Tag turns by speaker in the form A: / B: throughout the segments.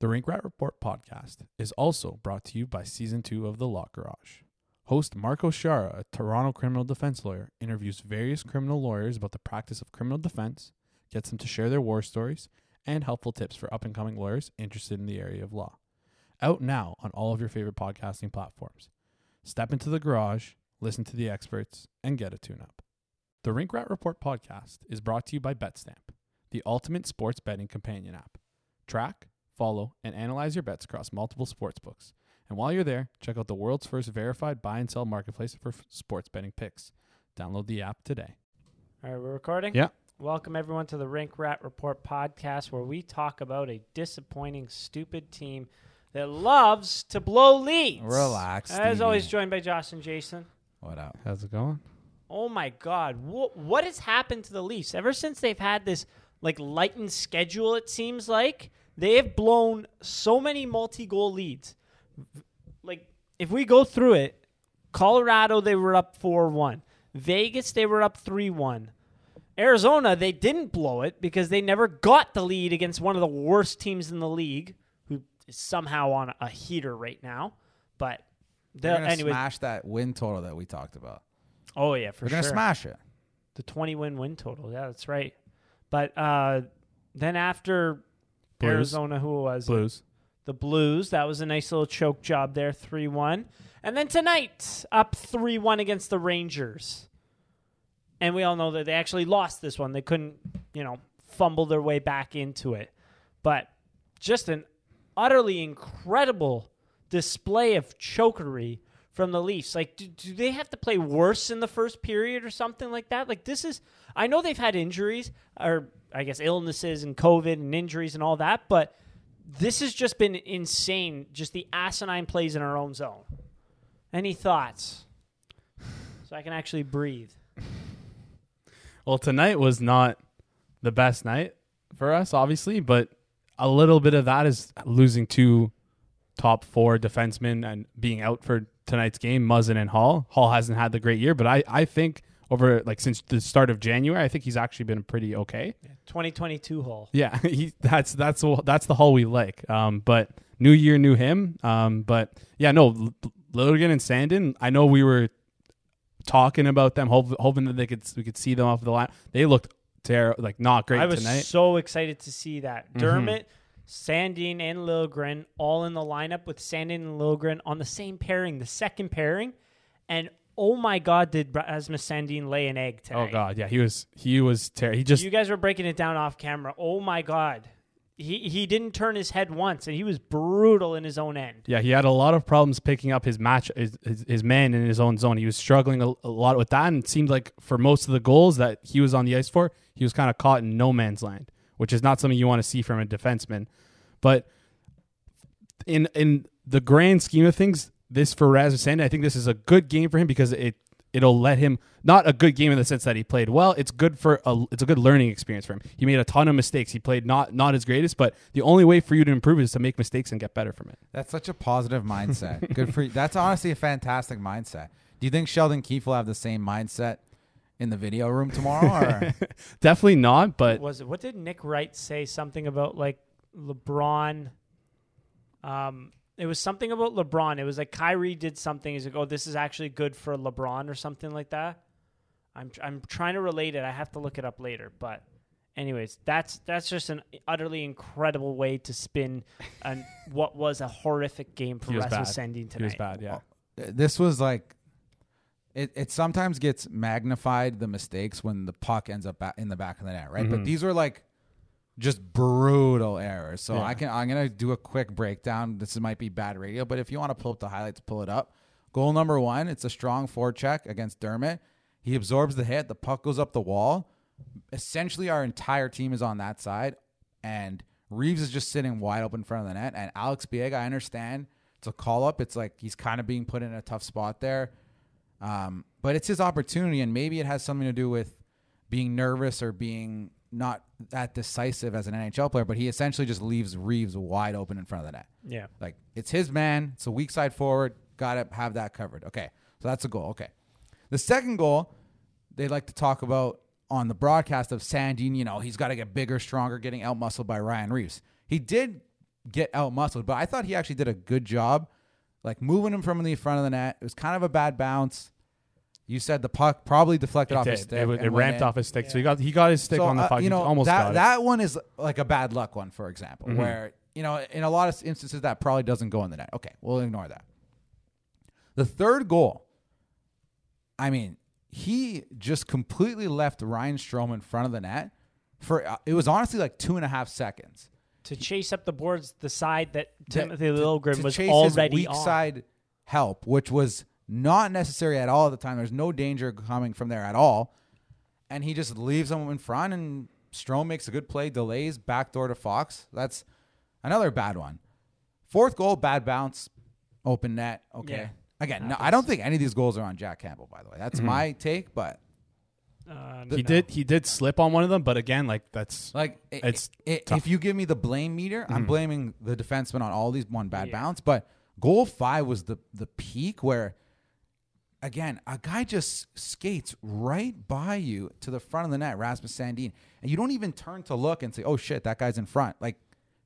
A: The Rink Rat Report podcast is also brought to you by season two of The Lock Garage. Host Marco Shara, a Toronto criminal defense lawyer, interviews various criminal lawyers about the practice of criminal defense, gets them to share their war stories, and helpful tips for up and coming lawyers interested in the area of law. Out now on all of your favorite podcasting platforms. Step into the garage, listen to the experts, and get a tune up. The Rink Rat Report podcast is brought to you by BetStamp, the ultimate sports betting companion app. Track, follow, and analyze your bets across multiple sports books. And while you're there, check out the world's first verified buy and sell marketplace for f- sports betting picks. Download the app today.
B: All right, we're recording.
A: Yeah.
B: Welcome everyone to the Rink Rat Report podcast, where we talk about a disappointing, stupid team that loves to blow leads.
C: Relax,
B: As
C: Stevie.
B: always, joined by Josh and Jason.
C: What up?
A: How's it going?
B: Oh my God, what what has happened to the Leafs ever since they've had this like lightened schedule? It seems like they have blown so many multi-goal leads. Like if we go through it, Colorado they were up four-one. Vegas they were up three-one. Arizona they didn't blow it because they never got the lead against one of the worst teams in the league, who is somehow on a heater right now. But
C: They're
B: they'll
C: gonna
B: anyway.
C: smash that win total that we talked about.
B: Oh yeah, for
C: We're
B: sure.
C: gonna smash it.
B: the 20 win win total. Yeah, that's right. But uh, then after
A: Blues.
B: Arizona, who was it?
A: Blues.
B: the Blues, that was a nice little choke job there, 3 1. And then tonight, up 3 1 against the Rangers. And we all know that they actually lost this one. They couldn't, you know, fumble their way back into it. But just an utterly incredible display of chokery from the Leafs. Like, do, do they have to play worse in the first period or something like that? Like, this is, I know they've had injuries or, I guess, illnesses and COVID and injuries and all that, but this has just been insane. Just the asinine plays in our own zone. Any thoughts? So I can actually breathe.
A: Well, tonight was not the best night for us, obviously, but a little bit of that is losing two top four defensemen and being out for tonight's game, Muzzin and Hall. Hall hasn't had the great year, but I, I think over like since the start of January, I think he's actually been pretty okay.
B: 2022 hole.
A: Yeah, he, that's that's the- that's the Hall we like. Um, but new year, new him. Um, but yeah, no, L- L- Logan and Sandin. I know we were talking about them, hope, hoping that they could we could see them off the line. They looked terrible, like not great
B: I was
A: tonight. Mm-hmm.
B: so excited to see that Dermot, Sandin, and Lilgren all in the lineup with Sandin and Lilgren on the same pairing, the second pairing, and oh my God, did Rasmus Sandin lay an egg
A: oh
B: tonight?
A: god, yeah, he was he was terrible. He just
B: you guys were breaking it down off camera. Oh my God, he he didn't turn his head once, and he was brutal in his own end.
A: Yeah, he had a lot of problems picking up his match, his, his, his man in his own zone. He was struggling a, a lot with that, and it seemed like for most of the goals that he was on the ice for, he was kind of caught in no man's land, which is not something you want to see from a defenseman. But in in the grand scheme of things, this for Rasmus Sandin, I think this is a good game for him because it it'll let him not a good game in the sense that he played well. It's good for a it's a good learning experience for him. He made a ton of mistakes. He played not not his greatest, but the only way for you to improve is to make mistakes and get better from it.
C: That's such a positive mindset. Good for you. That's honestly a fantastic mindset. Do you think Sheldon Keefe will have the same mindset in the video room tomorrow? Or
A: Definitely not, but
B: was it what did Nick Wright say something about like LeBron um it was something about LeBron. It was like Kyrie did something. He's like, "Oh, this is actually good for LeBron" or something like that. I'm tr- I'm trying to relate it. I have to look it up later, but anyways, that's that's just an utterly incredible way to spin an what was a horrific game for
A: He was
B: Rasmus
A: bad.
B: Sandin tonight.
A: he was bad. Yeah,
C: this was like it, it sometimes gets magnified the mistakes when the puck ends up ba- in the back of the net, right? But these were like just brutal errors. So I can I'm gonna do a quick breakdown. This might be bad radio, but if you want to pull up the highlights, pull it up. Goal number one, it's a strong forecheck against Dermot. He absorbs the hit. The puck goes up the wall. Essentially, our entire team is on that side, and Reeves is just sitting wide open in front of the net. And Alex Biega, I understand it's a call up. It's like he's kind of being put in a tough spot there. Um, but it's his opportunity, and maybe it has something to do with being nervous or being not that decisive as an NHL player. But he essentially just leaves Reeves wide open in front of the net.
B: Yeah.
C: Like it's his man. It's a weak side forward. Gotta have that covered. Okay. So that's a goal. Okay. The second goal, they like to talk about on the broadcast of Sandin, you know, he's gotta get bigger, stronger, getting out muscled by Ryan Reeves. He did get out muscled. But I thought he actually did a good job, like moving him from the front of the net. It was kind of a bad bounce. You said the puck probably deflected off
A: It,
C: his
A: did.
C: stick.
A: it, was-
C: and
A: it
C: went
A: ramped
C: in.
A: off his stick, so he got he got his stick on the
C: uh,
A: puck.
C: you know
A: he almost
C: that
A: got it. Mm-hmm.
C: that one is like a bad luck one, for example, where you know in a lot of instances that probably doesn't go in the net. Okay, we'll ignore that. The third goal, I mean, he just completely left Ryan Strom in front of the net for uh, it was honestly like two and a half seconds.
B: to chase up the boards, the side that
C: that-
B: Timothy
C: to-
B: Lilgren
C: to
B: was
C: chase
B: already
C: his weak
B: on.
C: side help, which was not necessary at all at the time. There's no danger coming from there at all, and he just leaves him in front, and Strom makes a good play, delays backdoor to Fox. That's another bad one. Fourth goal, bad bounce, open net. Okay.
B: Yeah.
C: Again, no, I don't think any of these goals are on Jack Campbell, by the way. That's my take, but
B: Uh,
A: he
B: no.
A: did he did slip on one of them, but again, like that's
C: Like i-
A: It's
C: i- i-
A: tough. Mm-hmm.
C: if you give me the blame meter, I'm blaming the defenseman on all these one bad
B: Yeah.
C: bounce. But goal five was the the peak where, again, a guy just skates right by you to the front of the net, Rasmus Sandin, and you don't even turn to look and say, "Oh shit, that guy's in front." Like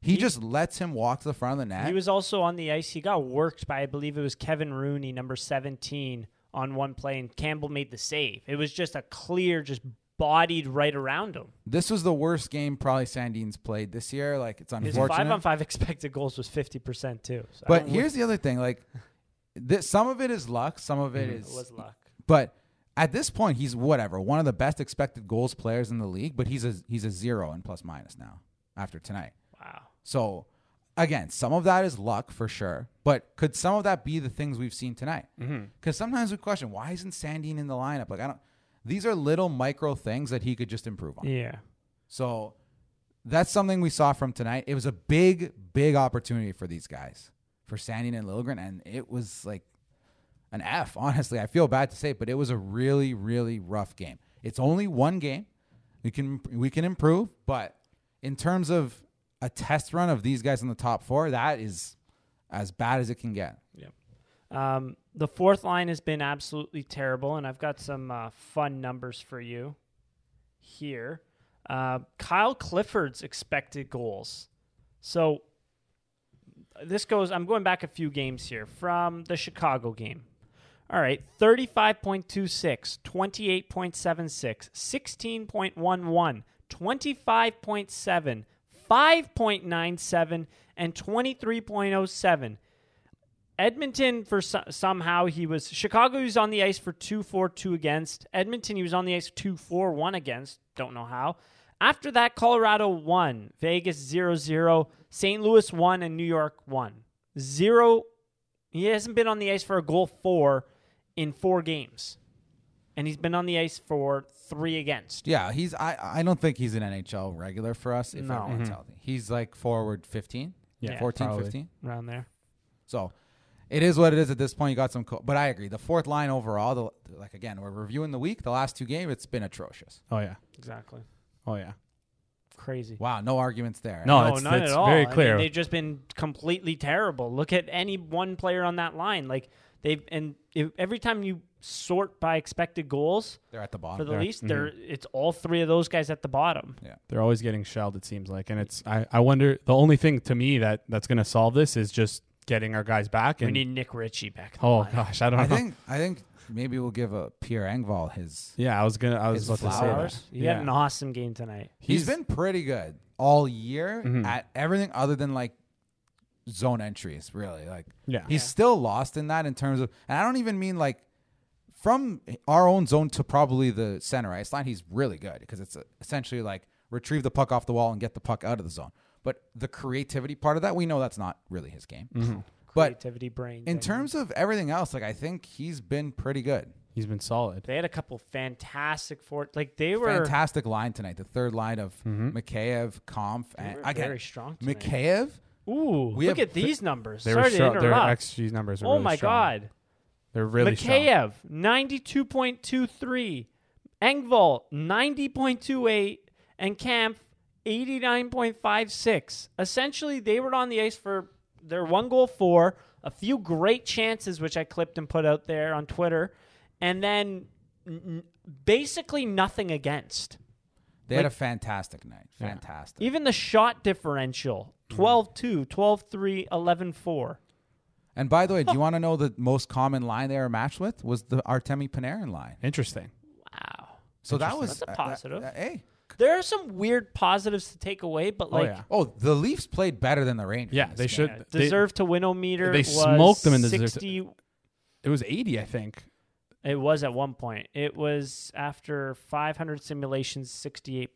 C: he, just lets him walk to the front of the net.
B: He was also on the ice. He got worked by, I believe it was Kevin Rooney, number 17, on one play, and Campbell made the save. It was just a clear, just bodied right around him.
C: this was the worst game probably Sandin's played this year. Like it's
B: His
C: unfortunate.
B: five on five expected goals was 50% too. So I
C: but
B: don't know
C: here's the other thing, like. This, some of it is luck. Some of it
B: if
C: is
B: Mm-hmm. it was luck.
C: But at this point, he's whatever one of the best expected goals players in the league. But he's a he's a zero in plus minus now after tonight.
B: Wow.
C: So again, some of that is luck for sure. But could some of that be the things we've seen tonight? Because sometimes we question why isn't Sandine in the lineup? Like I don't. These are little micro things that he could just improve on.
B: Yeah.
C: So that's something we saw from tonight. It was a big, big opportunity for these guys, for Sandin and Lilgren, and it was like an F, honestly. I feel bad to say it, but it was a really, really rough game. It's only one game. We can we can improve, but in terms of a test run of these guys in the top four, that is as bad as it can get.
B: Um, the fourth line has been absolutely terrible, and I've got some uh, fun numbers for you here. Uh, Kyle Clifford's expected goals. So this goes, I'm going back a few games here from the Chicago game. All right, 35.26, 28.76, 16.11, 25.7, 5.97, and 23.07. Edmonton for so- somehow he was Chicago he was on the ice for 2-4-2 against. Edmonton he was on the ice 2-4-1 against. Don't know how. After that Colorado won, Vegas 0-0, St. Louis won and New York won. 0 he hasn't been on the ice for a goal 4 in 4 games. And he's been on the ice for 3 against.
C: Yeah, he's I, I don't think he's an NHL regular for us, if
B: No. Mm-hmm.
C: everyone's healthy. He's like forward 15,
B: Yeah,
C: 14,
A: probably.
C: 15.
B: Around there.
C: So it is what it is at this point. You got some, co- but I agree. The fourth line overall, the, like again, we're reviewing the week. The last two games, it's been atrocious.
A: oh yeah,
B: Exactly.
A: oh yeah.
B: Crazy.
C: Wow, no arguments there.
A: No,
B: no,
A: it's,
B: none
A: it's
B: at all.
A: very
B: I mean,
A: clear.
B: they've just been completely terrible. Look at any one player on that line. Like they've and if, every time you sort by expected goals
C: they're at the
B: for
C: bottom.
B: the least,
A: Mm-hmm.
B: they're it's all three of those guys at the bottom.
A: They're always getting shelled, it seems like. And it's I, I wonder the only thing to me that that's gonna solve this is just getting our guys back and
B: We need Nick Ritchie back. in the
A: Oh
B: lineup.
A: gosh, I don't
C: I
A: know.
C: think I think maybe we'll give a Pierre Engvall his.
A: yeah, I was gonna I was
C: Is
A: about to say that.
B: Flowers, he had
A: Yeah.
B: an awesome game tonight.
C: he's been pretty good all year at everything other than like zone entries. Really, like
A: Yeah.
C: he's still lost in that in terms of, and I don't even mean like. From our own zone to probably the center ice line, he's really good because it's essentially like retrieve the puck off the wall and get the puck out of the zone. But the creativity part of that, we know that's not really his game. But
B: Creativity, brain.
C: in terms of everything else, like I think he's been pretty good.
A: He's been solid.
B: they had a couple fantastic four. Like they were
C: Fantastic line tonight. The third line of Mikheyev, Kampf, and
B: were
C: again,
B: very strong tonight.
C: Mikheyev,
B: Ooh,
C: We
B: look
C: have
B: at these numbers.
A: They
B: Sorry
A: were
B: to
A: strong. Their
B: interrupt.
A: XG numbers were
B: oh
A: really
B: my
A: strong.
B: god.
A: They're really strong.
B: Mikheyev, 92.23. Engvall, 90.28. And Camp, 89.56. Essentially, they were on the ice for their one goal four, a few great chances, which I clipped and put out there on Twitter, and then n- n- basically nothing against.
C: they had a fantastic night. Fantastic.
B: Even the shot differential,
A: Mm-hmm.
B: 12 2, 12 3, 11 4.
C: And by the way, do you want to know the most common line they were matched with was the Artemi Panarin line.
A: Interesting.
B: Wow.
C: So that
A: Interesting.
B: That's
C: was
B: a
C: uh, that-
B: positive.
C: that- hey,
B: There are some weird positives to take away, but
A: Oh,
B: like,
A: yeah.
C: oh, the Leafs played better than the Rangers.
A: Yeah,
C: in this
A: they
C: game.
A: should.
B: yeah,
A: they-
B: deserve to win o meter.
A: they
B: was
A: smoked them in the deserve to-
B: 60.
A: it was 80, I think.
B: It was at one point. It was after 500 simulations, 68%.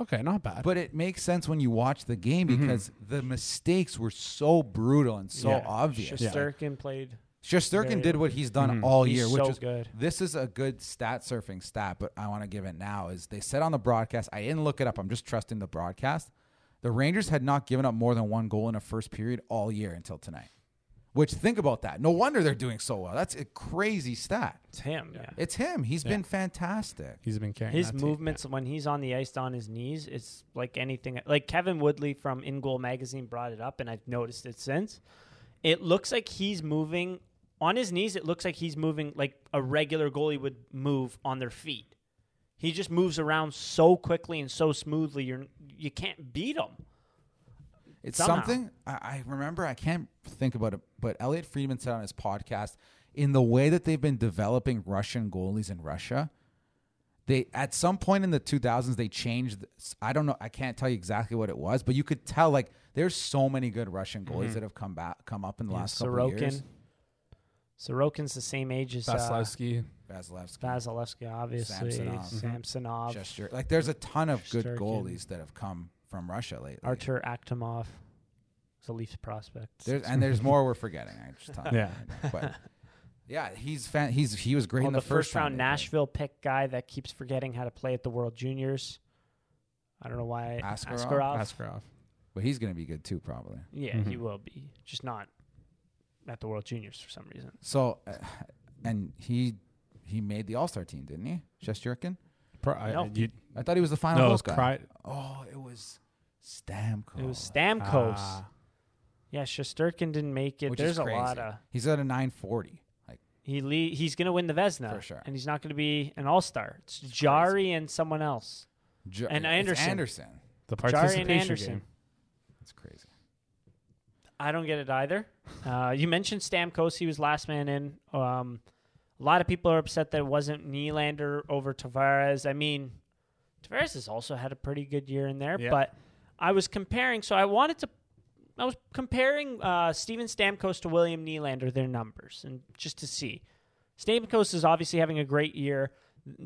A: Okay, not bad.
C: But it makes sense when you watch the game because the mistakes were so brutal and so
A: Yeah.
C: obvious.
A: Yeah.
B: Shesterkin played.
C: Shesterkin
B: Very-
C: did what he's done all
B: He's
C: year, which
B: so
C: is
B: good.
C: This is a good stat surfing stat, but I want to give it now. Is they said on the broadcast, I didn't look it up. I'm just trusting the broadcast. The Rangers had not given up more than one goal in a first period all year until tonight. Which think about that. No wonder they're doing so well. That's a crazy stat.
B: It's him. Yeah.
C: It's him. He's been fantastic.
A: he's been carrying
B: His
A: that team.
B: movements when he's on the ice on his knees, it's like anything. Like Kevin Woodley from In Goal Magazine brought it up, and I've noticed it since. It looks like he's moving on his knees. It looks like he's moving like a regular goalie would move on their feet. He just moves around so quickly and so smoothly. You're you can't beat him.
C: It's
B: Somehow.
C: something I, I remember. I can't think about it, but Elliot Friedman said on his podcast, in the way that they've been developing Russian goalies in Russia, they at some point in the 2000s they changed. I don't know. I can't tell you exactly what it was, but you could tell like there's so many good Russian goalies that have come back, come up in the last couple of years.
B: Mm-hmm. Sorokin. Sorokin's the same age as uh,
A: Vasilevsky.
C: Vasilevsky,
B: Vasilevsky, obviously.
C: Samsonov.
B: Samsonov,
C: Shester, like there's a ton of good
B: Shesterkin.
C: goalies that have come from Russia lately.
B: Artur Akhtamov. He's a Leafs prospect.
C: There's, and there's more we're forgetting. I just telling you.
A: Yeah.
C: but yeah, he's fan, he's he was great
B: Oh,
C: in
B: the,
C: the,
B: first, round
C: time they played.
B: Nashville pick guy that keeps forgetting how to play at the World Juniors. I don't know why.
C: Askarov?
A: Askarov.
C: But he's going to be good too, probably.
B: Yeah, he
A: Mhm.
C: Mm-hmm.
B: will be. Just not at the World Juniors for some reason.
C: So, uh, and he he made the All Star team, didn't he, Shesterkin?
A: Pro- I,
B: No.
A: you,
C: I thought he was the final
A: no, it
C: goal
A: was
C: guy.
A: Kry-
C: oh, it was Stamkos.
B: It was Stamkos.
A: Ah.
B: yeah, Shosturkin didn't make it.
C: Which
B: There's
C: is
B: a
C: crazy.
B: lot of
C: He's at a 940. Like
B: he le- he's going to win the Vesna,
C: For sure.
B: and he's not going to be an All Star. It's Jari and someone else.
C: J-
B: And
C: it's
B: Anderson.
C: Anderson.
A: the
B: Jari
A: participation
B: and Anderson.
A: game.
C: It's crazy.
B: I don't get it either. Uh, you mentioned Stamkos; he was last man in. Um, a lot of people are upset that it wasn't Nylander over Tavares. I mean, Tavares has also had a pretty good year in there,
A: Yeah.
B: but I was comparing. So I wanted to, I was comparing uh, Steven Stamkos to William Nylander, their numbers, and just to see. Stamkos is obviously having a great year.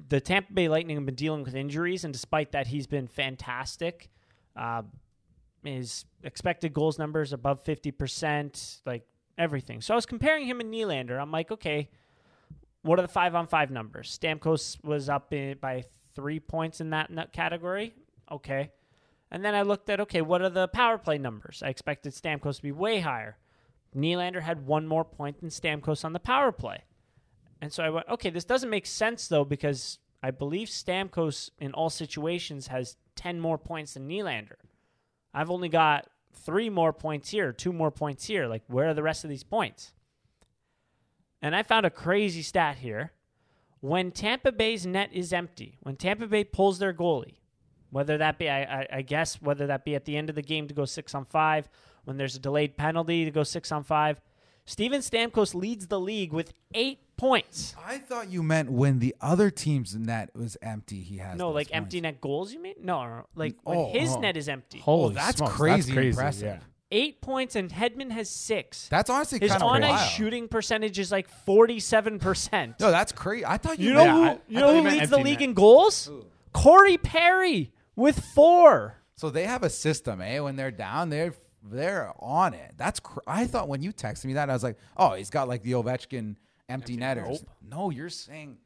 B: The Tampa Bay Lightning have been dealing with injuries, and despite that, he's been fantastic. Uh, his expected goals numbers above 50%, like everything. So I was comparing him and Nylander. I'm like, okay, what are the five on five numbers? Stamkos was up in, by three points in that nut category. Okay. And then I looked at, okay, what are the power play numbers? I expected Stamkos to be way higher. Nylander had one more point than Stamkos on the power play. And so I went, okay, this doesn't make sense though, because I believe Stamkos in all situations has 10 more points than Nylander. I've only got three more points here, two more points here. Like, where are the rest of these points? And I found a crazy stat here. When Tampa Bay's net is empty, when Tampa Bay pulls their goalie, whether that be, I, I, I guess, whether that be at the end of the game to go six on five, when there's a delayed penalty to go six on five, Steven Stamkos leads the league with eight points.
C: I thought you meant when the other team's net was empty. He has
B: No,
C: those
B: like
C: points.
B: empty net goals, you mean? No, no, no. like when
C: Oh,
B: his
C: oh.
B: net is empty.
A: Holy
C: that's
A: smokes,
C: crazy
A: That's crazy.
C: impressive.
A: Yeah.
B: Eight points, and Hedman has six.
C: That's honestly
B: His
C: kind of
B: on ice
C: wild.
B: shooting percentage is like forty seven percent.
C: No, that's crazy. I thought you,
B: You know
A: Yeah,
B: who
A: I- I
B: you
A: thought
B: know
A: you
B: who
A: meant
B: leads the
A: empty
B: league
A: net.
B: in goals? Corey Perry with four.
C: So they have a system, eh? When they're down, they're they're on it. That's cr- I thought when you texted me that, I was like, oh, he's got like the Ovechkin empty, netters. No, you're saying,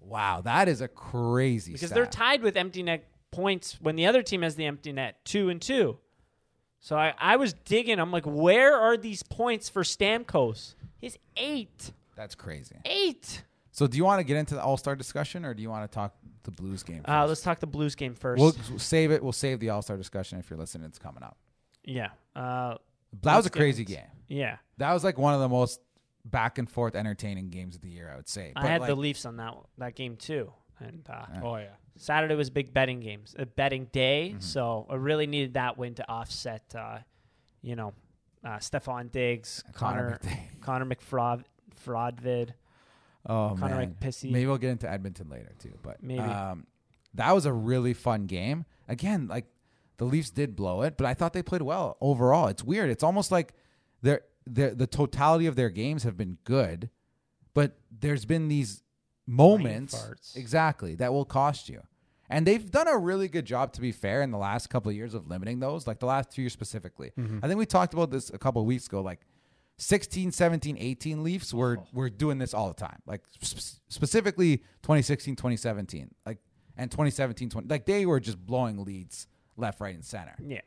C: wow, that is a crazy.
B: Because
C: stat.
B: they're tied with empty net points when the other team has the empty net, two and two. So I, I was digging. I'm like, where are these points for Stamkos? He's eight.
C: that's crazy.
B: Eight.
C: So do you want to get into the All Star discussion, or do you want to talk the Blues game?
B: Uh,
C: first?
B: let's talk the Blues game 1st
C: we'll s- save it. We'll save the All Star discussion if you're listening. It's coming up.
B: yeah. Uh,
C: That was
B: Let's
C: a
B: get
C: crazy
B: into-
C: game.
B: yeah.
C: That was like one of the most back and forth entertaining games of the year. I would say.
B: I had
C: like,
B: the Leafs on that that game too. And uh,
A: Oh yeah.
B: Saturday
A: Mm-hmm.
B: was big betting games, a betting day, so I really needed that win to offset uh, you know, uh, Stefan Diggs,
C: Connor
B: Connor, Connor McFraud, Fraudvid,
C: Oh
B: Connor
C: man,
B: McPissy.
C: maybe we'll get into Edmonton later too. But
B: Maybe.
C: um, that was a really fun game. Again, like the Leafs did blow it, but I thought they played well overall. It's weird. It's almost like their their the totality of their games have been good, but there's been these moments
B: farts.
C: exactly that will cost you. And they've done a really good job, to be fair, in the last couple of years of limiting those, like the last two years specifically.
B: Mm-hmm.
C: I think we talked about this a couple of weeks ago. Like 16, 17, 18 Leafs were,
A: Oh.
C: were doing this all the time. Like sp- specifically 2016, 2017, like, and 2017, 20, like they were just blowing leads left, right, and center.
B: Yeah.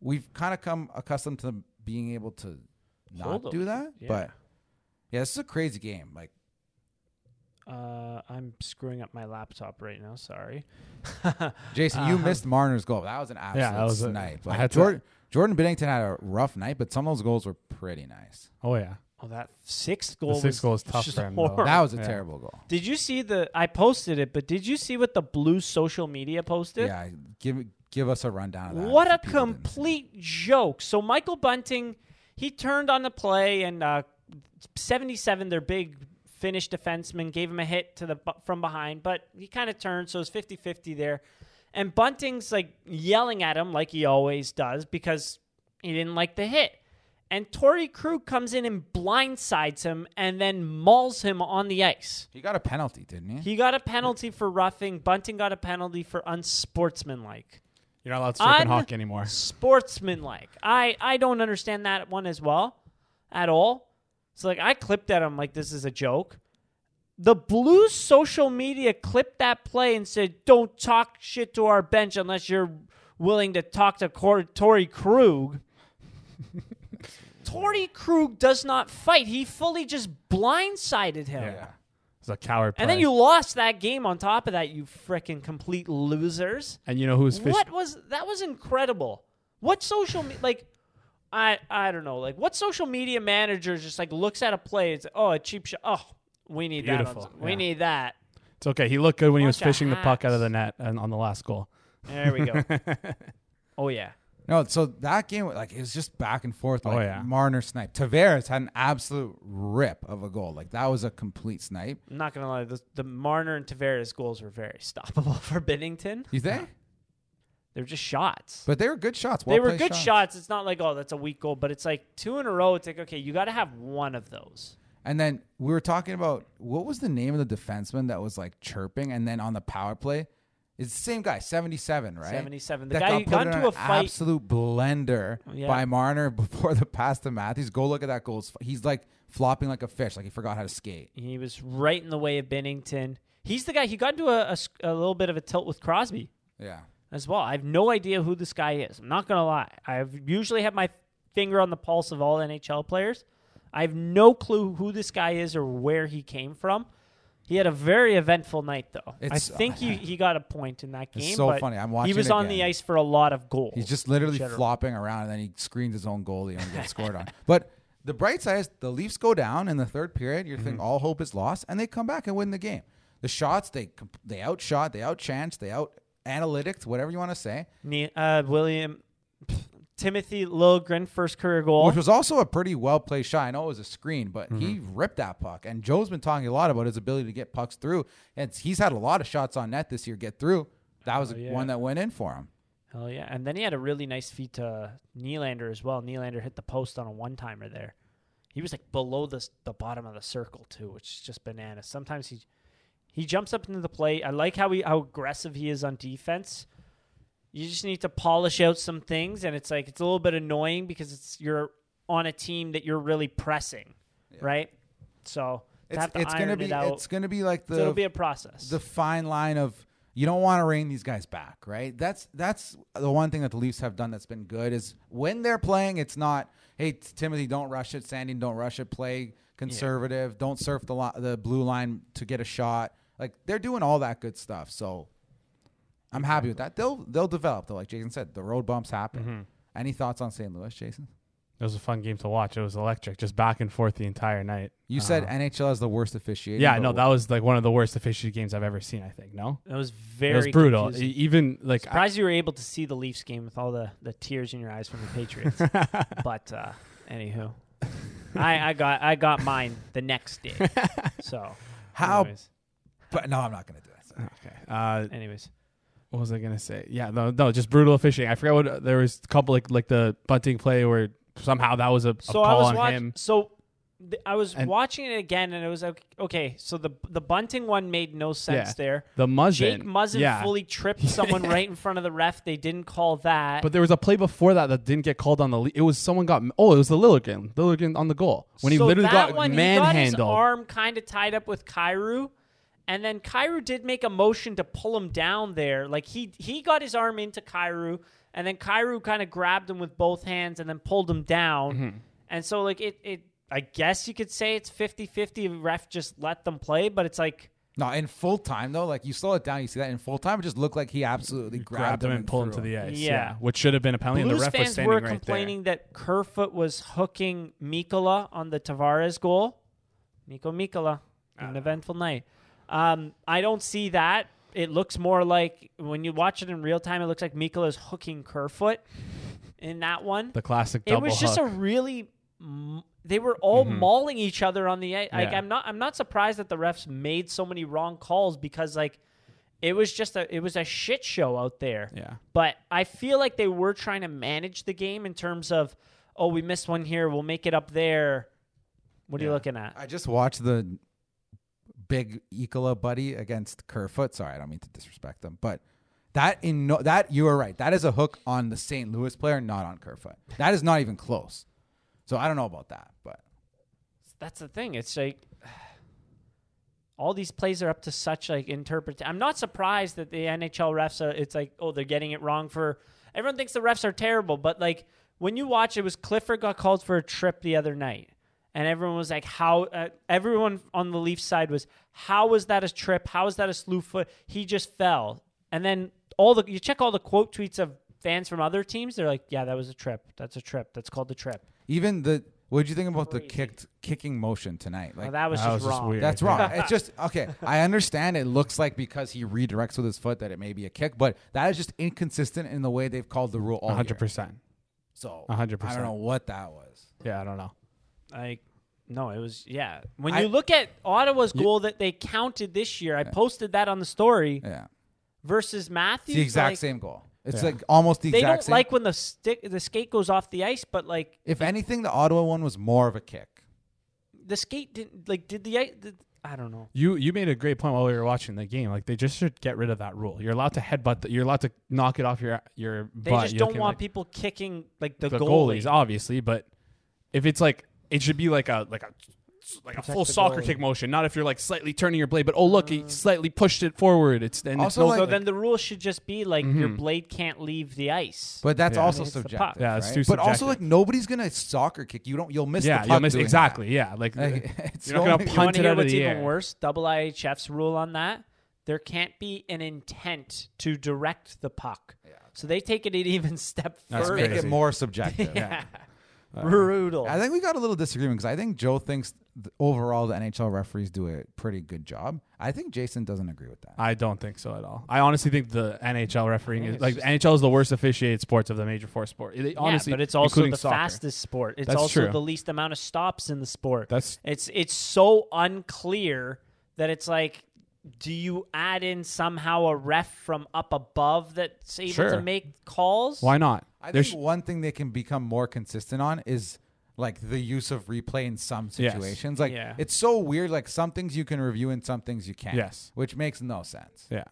C: We've kind of come accustomed to being able to
B: Hold
C: not
B: those.
C: do that.
B: Yeah.
C: But yeah, this is a crazy game. Like,
B: Uh, I'm screwing up my laptop right now. Sorry.
C: Jason, you missed Marner's goal. That was an absolute
A: Uh-huh. that was a-
C: snipe.
A: I
C: Like,
A: had to-
C: Jordan, Jordan Binnington had a rough night, but some of those goals were pretty nice.
A: Oh yeah,
B: Oh, that sixth goal.
A: sixth
B: was
A: goal is tough
B: just
A: for him, though.
B: horrible.
C: That was a
A: Yeah.
C: terrible goal.
B: Did you see the? I posted it, but did you see what the Blues social media posted?
C: Yeah, give give us a rundown of that.
B: What
C: if
B: a
C: people didn't see.
B: complete joke. So Michael Bunting, he turned on the play and uh, 77, their big Finnish defenseman, gave him a hit to the bu- from behind, but he kind of turned, so it's 50-50 there. And Bunting's like yelling at him like he always does because he didn't like the hit. And Tori Krug comes in and blindsides him and then mauls him on the ice.
C: He got a penalty, didn't he?
B: He got a penalty for roughing. Bunting got a penalty for unsportsmanlike.
A: you're not allowed to strip and hockey anymore.
B: Sportsmanlike. I I don't understand that one as well, at all. So like I clipped at him like this is a joke. The Blues social media clipped that play and said, "Don't talk shit to our bench unless you're willing to talk to Cor- Tory Krug." Tory Krug does not fight. He fully just blindsided him.
A: Yeah, it's a coward. Play.
B: And then you lost that game on top of that, you frickin' complete losers.
A: and you know who's fish.
B: What was that was incredible. What social me- like I I don't know, like what social media manager just like looks at a play and says, Oh, a cheap shot. Oh, we need that.
A: Beautiful,
B: on- We
A: yeah.
B: need that.
A: It's okay. He looked good when he was
B: Bunch of
A: fishing the puck out of
B: hacks.
A: the net and on the last goal.
B: There we go. oh yeah.
C: No, so that game like it was just back and forth. Like,
A: Oh, yeah.
C: Marner snipe. Tavares had an absolute rip of a goal. Like that was a complete snipe.
B: I'm not gonna lie, the, the Marner and Tavares goals were very stoppable for Binnington.
C: You think?
B: They're just shots.
C: But they were good shots.
B: they were
C: well-placed
B: good shots. It's not like, oh, that's a weak goal, but it's like two in a row. It's like, okay, you gotta have one of those.
C: And then we were talking about what was the name of the defenseman that was like chirping, and then on the power play, it's the same guy, seventy-seven, right?
B: 77. The
C: That
B: guy who
C: put
B: got
C: in
B: into
C: an
B: a fight.
C: absolute blender
B: Yeah.
C: by Marner before the pass to Matthews. Go look at that goal. It's- He's like flopping like a fish, like he forgot how to skate.
B: he was right in the way of Bennington. He's the guy. He got into a, a s- a little bit of a tilt with Crosby
C: Yeah.
B: as well. I have no idea who this guy is. I'm not gonna lie. I usually have my finger on the pulse of all NHL players. I have no clue who this guy is or where he came from. He had a very eventful night, though.
C: It's- uh,
B: I think he, he got a point in that game.
C: It's so
B: but
C: funny. I'm watching
B: He was
C: it
B: on the
C: again.
B: ice for a lot of goals.
C: He's just literally
B: General.
C: flopping around, and then he screens his own goalie and gets scored on. But the bright side is the Leafs go down in the third period. You're
B: Mhm.
C: thinking all hope is lost, and they come back and win the game. The shots they comp- they outshot, they outchanced, they out analytics, whatever you want to say,
B: Ne- uh, William Timothy Lilgren first career goal.
C: which was also a pretty well played shot. I know it was a screen, but he
B: Mm-hmm.
C: ripped that puck. And Joe's been talking a lot about his ability to get pucks through, and he's had a lot of shots on net this year get through. That was
B: Oh, yeah.
C: one that went in for him.
B: Hell yeah. And then he had a really nice feed to Nylander as well. Nylander hit the post on a one timer there. He was like below the, s- the bottom of the circle too, which is just bananas. Sometimes he he jumps up into the play. I like how he how aggressive he is on defense. You just need to polish out some things and it's like it's a little bit annoying because it's you're on a team that you're really pressing. Right? So to
C: It's,
B: have to
C: it's
B: iron
C: gonna
B: it
C: be
B: out.
C: it's gonna be like
B: so it'll
C: the
B: be a process.
C: the fine line of you don't want to rein these guys back, right? That's that's the one thing that the Leafs have done that's been good is when they're playing, it's not hey T- Timothy, don't rush it, Sandy, don't rush it, play conservative, don't surf the li- the blue line to get a shot. Like they're doing all that good stuff, so I'm
A: Mm-hmm.
C: happy with that. They'll they'll develop though, like Jason said, the road bumps happen. Any thoughts on St. Louis, Jason?
A: It was a fun game to watch. It was electric, just back and forth the entire night.
C: You said
A: Uh,
C: NHL is the worst officiating.
A: yeah,
C: but
A: no,
C: wh-
A: that was like one of the worst officiated games I've ever seen. I think no,
B: It was very
A: it was brutal.
B: confusing.
A: E- Even like I-
B: Surprised you were able to see the Leafs game with all the, the tears in your eyes from the Patriots. but uh, anywho, I, I got I got mine the next day. So
C: How-
B: Anyways,
C: But no, I'm not gonna do that.
A: okay. Uh,
B: anyways.
A: what was I gonna say? Yeah, no, no, just brutal fishing. I forgot what uh, there was a couple like like the bunting play where somehow that was a, a
B: So
A: call
B: I was
A: on
B: watching.
A: him.
B: So th- I was
A: And-
B: watching it again, and it was okay. okay so the the bunting one made no sense
A: Yeah.
B: there.
A: The Muzzin,
B: Jake Muzzin
A: yeah.
B: fully tripped someone right in front of the ref. They didn't call that.
A: But there was a play before that that didn't get called on the. Le- it was someone got. Oh, it was the Lilligan. Lilligan on the goal when he
B: So
A: literally
B: that
A: got
B: one, He got his
A: manhandled.
B: arm kind of tied up with Kairu, and then Kairu did make a motion to pull him down there. Like he he got his arm into Kairu, and then Kairu kind of grabbed him with both hands and then pulled him down.
A: Mm-hmm.
B: And so like it it I guess you could say it's 50-50 ref just let them play, but it's like
C: No, in full time though, like you slow it down, you see that in full time, it just looked like he absolutely grabbed,
A: grabbed him and pulled him to
C: threw
A: the ice.
B: Yeah.
A: Yeah. which should have been a penalty. and
B: Blues
A: the ref was
B: fans
A: standing
B: were
A: right
B: complaining that Kerfoot was hooking Mikola on the Tavares goal. Nico Mikola,
A: Ah.
B: an eventful night. Um, I don't see that. It looks more like when you watch it in real time, it looks like Mikola is hooking Kerfoot in that one.
A: there. The classic
B: it
A: double.
B: was just
A: hook. Mm-hmm.
B: a really. m- They were all mauling each other on the ice. Like
A: Yeah.
B: I'm not. I'm not surprised that the refs made so many wrong calls because like it was just a. It was a shit show out there
A: yeah.
B: but I feel like they were trying to manage the game in terms of, oh, we missed one here, we'll make it up there. What are you
A: Yeah.
B: looking at?
C: I just watched the big Ecola buddy against Kerfoot. Sorry, I don't mean to disrespect them, but that in no, that you are right. That is a hook on the St. Louis player, not on Kerfoot. That is not even close. So I don't know about that, but
B: That's the thing. It's like all these plays are up to such like interpret. I'm not surprised that the NHL refs are. It's like oh, they're getting it wrong for. Everyone thinks the refs are terrible, but like when you watch, it was Clifford got called for a trip the other night, and everyone was like, "How?" Uh, everyone on the Leafs side was, "How was that a trip? How is that a slew foot? He just fell." And then all the you check all the quote tweets of fans from other teams. They're like, "Yeah, that was a trip. That's a trip. That's called the trip."
C: even the what did you think about the
B: Crazy.
C: kicked kicking motion tonight?
B: Oh,
C: Like
B: that was
A: that
B: just
A: was just
B: wrong.
A: weird.
C: That's
A: Yeah.
C: wrong. it's just okay. I understand it looks like because he redirects with his foot that it may be a kick, but that is just inconsistent in the way they've called the rule all year.
A: hundred percent.
C: So
A: A hundred
C: I
A: percent.
C: don't know what that was.
A: Yeah, I don't know.
B: I no, it was yeah. When
C: I-
B: you look at Ottawa's goal that they counted this year, I posted that on the story
C: Yeah,
B: versus Matthews.
C: it's the exact
B: like,
C: same goal. It's
A: Yeah.
C: like almost the
B: They
C: exact
B: don't
C: same.
B: like when the stick the skate goes off the ice, but like
C: if anything, the Ottawa one was more of a kick.
B: the skate didn't like did the ice. Did, I don't know.
A: You you made a great point while we were watching the game. Like they just should get rid of that rule. You're allowed to headbutt. The, you're allowed to knock it off your your
B: They
A: butt.
B: just
A: You
B: don't
A: can,
B: want
A: like,
B: people kicking like the,
A: the
B: goalie.
A: goalies, obviously. But if it's like it should be like a like a like a full
B: the
A: soccer
B: goalie.
A: kick motion, not if you're like slightly turning your blade. But oh look, he slightly pushed it forward. It's and it's
C: Uh, Also,
A: no
C: like- Mm-hmm.
B: So then the rule should just be like your blade can't leave the ice.
C: But that's
A: Yeah.
C: also
B: It's the puck.
C: subjective.
A: Yeah, it's
C: right?
A: too
C: But also,
A: subjective.
C: like nobody's gonna soccer kick. You don't. You'll miss.
A: yeah,
C: the
A: you'll
C: puck
A: miss
C: doing that.
A: exactly. Yeah, like,
C: Like, it's
A: You're not gonna
C: going-
A: punt
B: want
A: it
B: to hear
A: out of
B: what's
A: the
B: even
A: air.
B: worse? Double IHF's rule on that: there can't be an intent to direct the puck. So they take it an even step
A: That's
B: further.
C: Make it
A: crazy.
C: more subjective.
B: Yeah. Brutal.
C: I think we got a little disagreement because I think Joe thinks th- overall the NHL referees do a pretty good job. I think Jason doesn't agree with that.
A: I don't think so at all. I honestly think the NHL refereeing
B: think
A: is
B: it's
A: like
B: just-
A: NHL is the worst officiated sports of the major four sport. It-
B: Yeah,
A: honestly,
B: but it's also
A: including
B: the
A: soccer.
B: fastest sport. It's
A: That's
B: also
A: true.
B: the least amount of stops in the sport.
A: That's
B: It's it's so unclear that it's like, do you add in somehow a ref from up above that's able to
A: Sure.
B: make calls?
A: why not?
C: I
A: There's-
C: think one thing they can become more consistent on is like the use of replay in some
A: Yes.
C: situations. Like
B: Yeah.
C: it's so weird. Like some things you can review and some things you can't.
A: Yes.
C: which makes no sense.
A: yeah.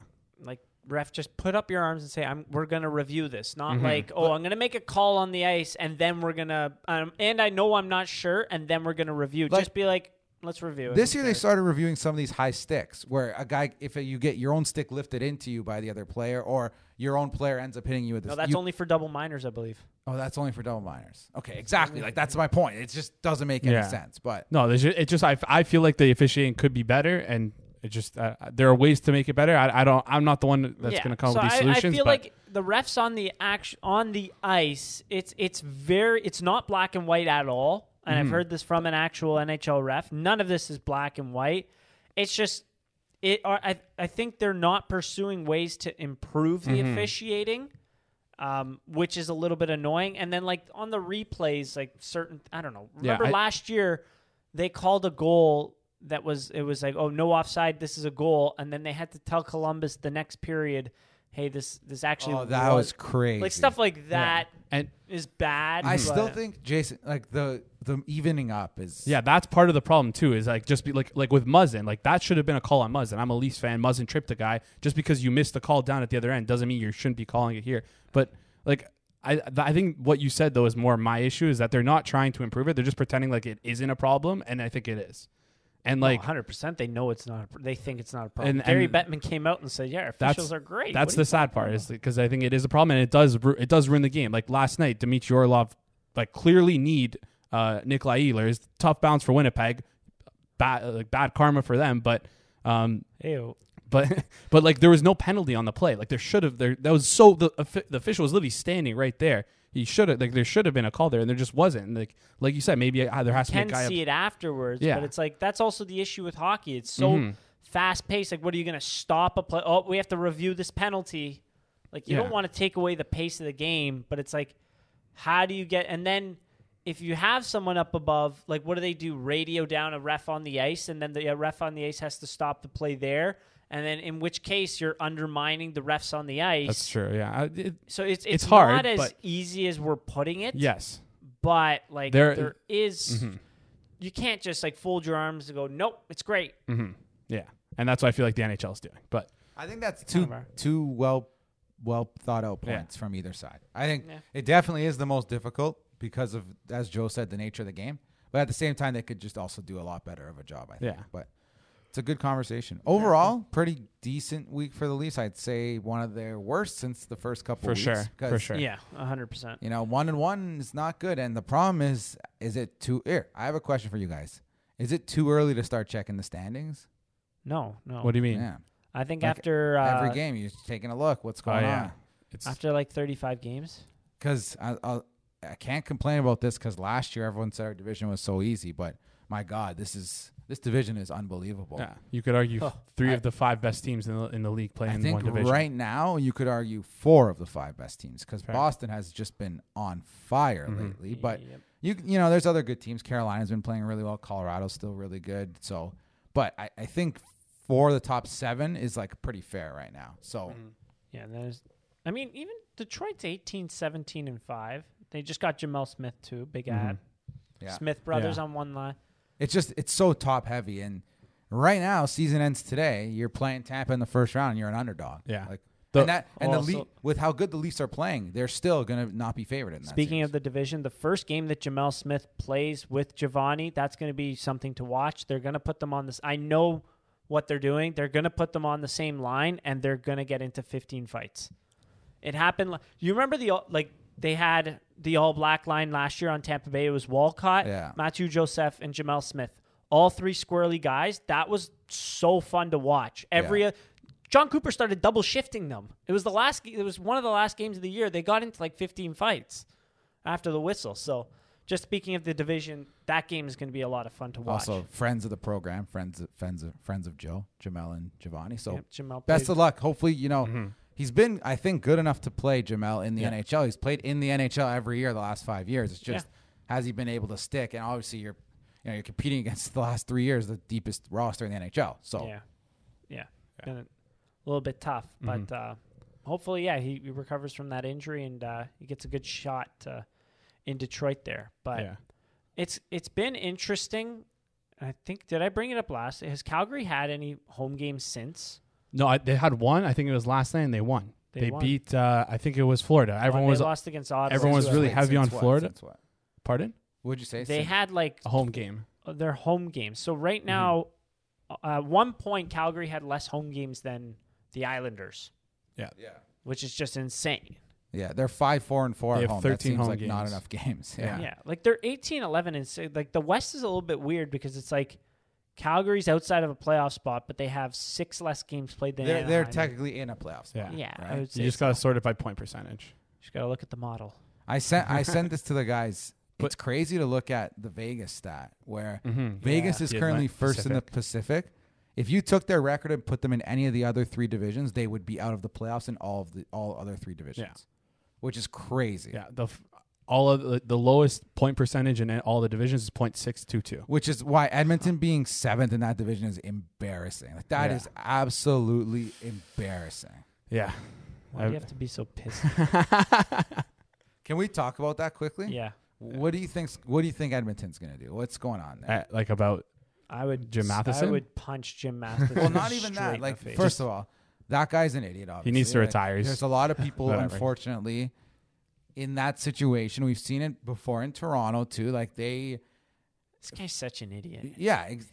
B: like ref just put up your arms and say i'm we're gonna review this not
C: Mm-hmm.
B: like oh i'm gonna make a call on the ice and then we're gonna um, and i know i'm not sure and then we're gonna review
C: Like-
B: just be like let's review it.
C: This
B: Who
C: year they
B: cares?
C: started reviewing some of these high sticks where a guy, if you get your own stick lifted into you by the other player, or your own player ends up hitting you with this.
B: no that's
C: you-
B: only for double minors i believe
C: oh, that's only for double minors. Okay, exactly. Like that's my point. It just doesn't make any
A: Yeah.
C: sense. But
A: No, there's ju- it just I, f- I feel like the officiating could be better and It just uh, there are ways to make it better. I, I don't. I'm not the one that's
B: Yeah.
A: going to come
B: so
A: up with these
B: I,
A: solutions.
B: I feel
A: but
B: like the refs on the action on the ice, it's it's very it's not black and white at all. And
A: Mm-hmm.
B: I've heard this from an actual NHL ref. None of this is black and white. It's just it are I I think they're not pursuing ways to improve the
A: Mm-hmm.
B: officiating. Um, which is a little bit annoying. And then like on the replays, like certain I don't know.
A: Yeah,
B: Remember
A: I-
B: last year they called a goal that was it was like oh no offside this is a goal and then they had to tell Columbus the next period hey this this actually
C: Oh, that was crazy.
B: like stuff like that is
A: and
B: bad
C: I
B: but-
C: still think Jason, like the the evening up is
A: yeah, that's part of the problem too. Is like just be like like with Muzzin, like that should have been a call on Muzzin. I'm a Leafs fan. Muzzin tripped a guy. Just because you missed the call down at the other end doesn't mean you shouldn't be calling it here. But like. I, th- I think what you said though is more my issue is that they're not trying to improve it. They're just pretending like it isn't a problem, and I think it is. And like
B: 100% they know it's not a, they think it's not a problem
A: And-
B: Gary
A: and-
B: Bettman came out and said yeah our officials are great
A: That's
B: What
A: the sad part is because I think it is a problem and it does ru- it does ruin the game. Like last night, Dmitry Orlov like clearly need uh, Nikolai Ehlers. Tough bounce for Winnipeg, bad like bad karma for them. But um,
B: do you- oh. Ew.
A: but but like there was no penalty on the play. Like there should have there that was so the offi- the official was literally standing right there. He should have like there should have been a call there and there just wasn't. And, Like like you said, maybe uh, there has to be a
B: can
A: guy. up-
B: see it afterwards
A: Yeah. Mm-hmm.
B: but it's like that's also the issue with hockey it's so fast paced like what are you going to stop a play oh we have to review this penalty like you
A: Yeah.
B: don't want to take away the pace of the game but it's like how do you get and then if you have someone up above like what do they do radio down a ref on the ice and then the uh, ref on the ice has to stop the play there and then in which case you're undermining the refs on the ice
A: That's true. Yeah. I- it-
B: so it's it's,
A: It's hard,
B: not as
A: but-
B: easy as we're putting it
A: yes.
B: but like
A: There-
B: there is- you can't just like fold your arms and go nope it's great
A: Yeah. And that's what I feel like the NHL is doing. But
C: I think that's two
B: Kinda.
C: two well well thought out
A: Yeah.
C: points from either side. I think
B: Yeah.
C: it definitely is the most difficult because of as Joe said the nature of the game. But at the same time, they could just also do a lot better of a job. I think.
A: Yeah.
C: But it's a good conversation overall. Pretty decent week for the Leafs. I'd say one of their worst since the first couple.
A: For
C: weeks
A: sure, for
C: because,
A: sure.
B: yeah 100%
C: You know, one and one is not good. And the problem is, is it too? Here, I have a question for you guys. Is it too early to start checking the standings?
B: no no
A: what do you mean?
C: Yeah.
B: i think
C: Like,
B: after uh,
C: Every game, you're taking a look. What's going
A: oh, yeah.
C: on?
A: It's
B: after like 35 games
C: because I, I I can't complain about this because last year everyone said our division was so easy, but my God, this is this division is unbelievable.
A: Yeah, you could argue
B: Huh.
A: three
C: I-
A: of the five best teams in the, in the league play
C: I
A: in
C: think
A: one division.
C: right now you could argue four of the five best teams because
A: Fair. Mm-hmm.
C: Boston has just been on fire lately. But
B: Yep.
C: you you know there's other good teams. Carolina's been playing really well. Colorado's still really good. So, but I, I think for the top seven is like pretty fair right now. So
B: yeah there's i mean even detroit's 18 17 and 5 they just got jamel smith too big ad
C: Yeah.
B: smith brothers
A: Yeah.
B: on one line
C: It's just it's so top heavy and right now season ends today. You're playing Tampa in the first round and you're an underdog.
A: Yeah.
C: Like
A: The-
C: and that and the
B: Also-
C: Le- with how good the Leafs are playing, they're still going to not be favored in that.
B: Speaking of the division, the first game that Jamel Smith plays with Giovanni, that's going to be something to watch. They're going to put them on this. I know what they're doing. They're going to put them on the same line, and they're going to get into 15 fights. It happened. li- You remember the all- like they had the all black line last year on Tampa Bay. It was Walcott,
C: Yeah.
B: Matthew Joseph, and Jamel Smith. All three squirrely guys. That was so fun to watch. Every uh,
C: Yeah.
B: John Cooper started double shifting them. It was the last. ge- It was one of the last games of the year. They got into like 15 fights after the whistle. So, just speaking of the division, that game is going to be a lot of fun to watch.
C: also friends of the program, friends of, friends of, friends of Joe, Jamel and Giovanni. So
B: Yep, Jamel
C: best
B: plays-
C: of luck. Hopefully, you know, he's been I think good enough to play Jamel in the NHL. He's played in the NHL every year the last 5 years. It's just has he been able to stick and obviously you're you know, you're competing against the last 3 years the deepest roster in the NHL. So
B: yeah, yeah, Gonna- a little bit tough, but
A: Mm-hmm.
B: uh, hopefully, yeah, he, he recovers from that injury and uh, he gets a good shot uh, in Detroit there. But
A: Yeah.
B: it's it's been interesting. I think did I bring it up last? Has Calgary had any home games since?
A: No, I, they had one. I think it was last night, and they won.
B: They
A: They,
B: won.
A: beat. Uh, I think it was Florida. Everyone
B: they
A: was.
B: lost against Ottawa.
A: everyone was
B: Since
A: really
C: Wait,
A: heavy
C: since
A: on
C: what?
A: Florida.
C: Since what?
A: Pardon?
C: What'd you say?
B: They
C: Since-
B: had like
A: A home game.
B: their home games. So
C: Mm-hmm.
B: right now, uh, at one point, Calgary had less home games than the Islanders.
A: Yeah.
C: Yeah.
B: Which is just insane.
C: Yeah, they're five, four, and four
A: They
C: at
A: have
C: home.
A: 13
C: that seems
A: home
C: like not
A: games.
C: enough games. Yeah.
B: Yeah. Like they're 18, 11, and si- like the West is a little bit weird because it's like Calgary's outside of a playoff spot, but they have six less games played than
C: They're, they're
B: Anaheim.
C: technically in a playoff spot.
B: Yeah, I
C: right?
B: would say
A: You just got to sort it by point percentage.
B: Just gotta look at the model.
C: I sent I sent this to the guys.
A: But-
C: it's crazy to look at the Vegas stat where
A: Mhm.
C: Vegas
A: Yeah.
C: is
A: The
C: currently
A: Atlantic-
C: first in the Pacific. If you took their record and put them in any of the other three divisions, they would be out of the playoffs in all of the all other three divisions, which is crazy.
A: Yeah, the f- all of the, the lowest point percentage in all the divisions is point six two two.
C: Which is why Edmonton being seventh in that division is embarrassing. Like that
A: Yeah.
C: is absolutely embarrassing.
A: Yeah,
B: Why do you have to be so pissed?
C: Can we talk about that quickly?
B: yeah,
C: What do you think? What do you think Edmonton's gonna do? What's going on there?
A: Uh, like about
B: I would.
A: Jim Matheson?
B: I would punch Jim Matheson.
C: well, not even
B: straight
C: that.
B: in
C: Like,
B: the face.
C: first of all, that guy's an idiot. Obviously,
A: needs to
C: Like,
A: retire. He's-
C: There's a lot of people,
A: Whatever.
C: unfortunately, in that situation. We've seen it before in Toronto too. Like they,
B: this guy's such an idiot.
C: yeah, ex-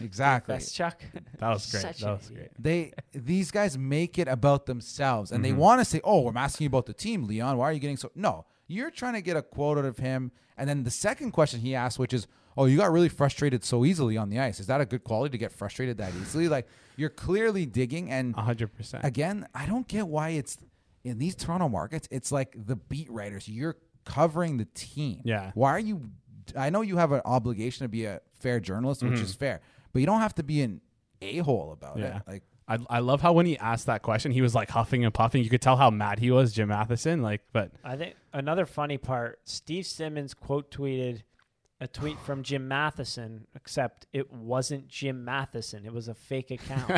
C: exactly.
B: That's Chuck.
A: that was great.
B: Such
A: that
B: an
A: was great.
B: idiot.
C: They these guys make it about themselves, and
A: Mm-hmm.
C: they want to say, "Oh, I'm asking you about the team, Leon. Why are you getting so?" No, you're trying to get a quote out of him. And then the second question he asked, which is, "Oh, you got really frustrated so easily on the ice. Is that a good quality to get frustrated that easily? Like you're clearly digging and."
A: A hundred percent.
C: again, I don't get why it's in these Toronto markets. It's like the beat writers. You're covering the team.
A: Yeah.
C: Why are you? I know you have an obligation to be a fair journalist, which is fair, but you don't have to be an a hole about
A: Mm-hmm. Yeah.
C: it. Like,
A: I, I love how when he asked that question, he was like huffing and puffing. You could tell how mad he was, Jim Matheson. Like, but
B: I think another funny part. Steve Simmons quote tweeted a tweet from Jim Matheson, except it wasn't Jim Matheson. It was a fake account.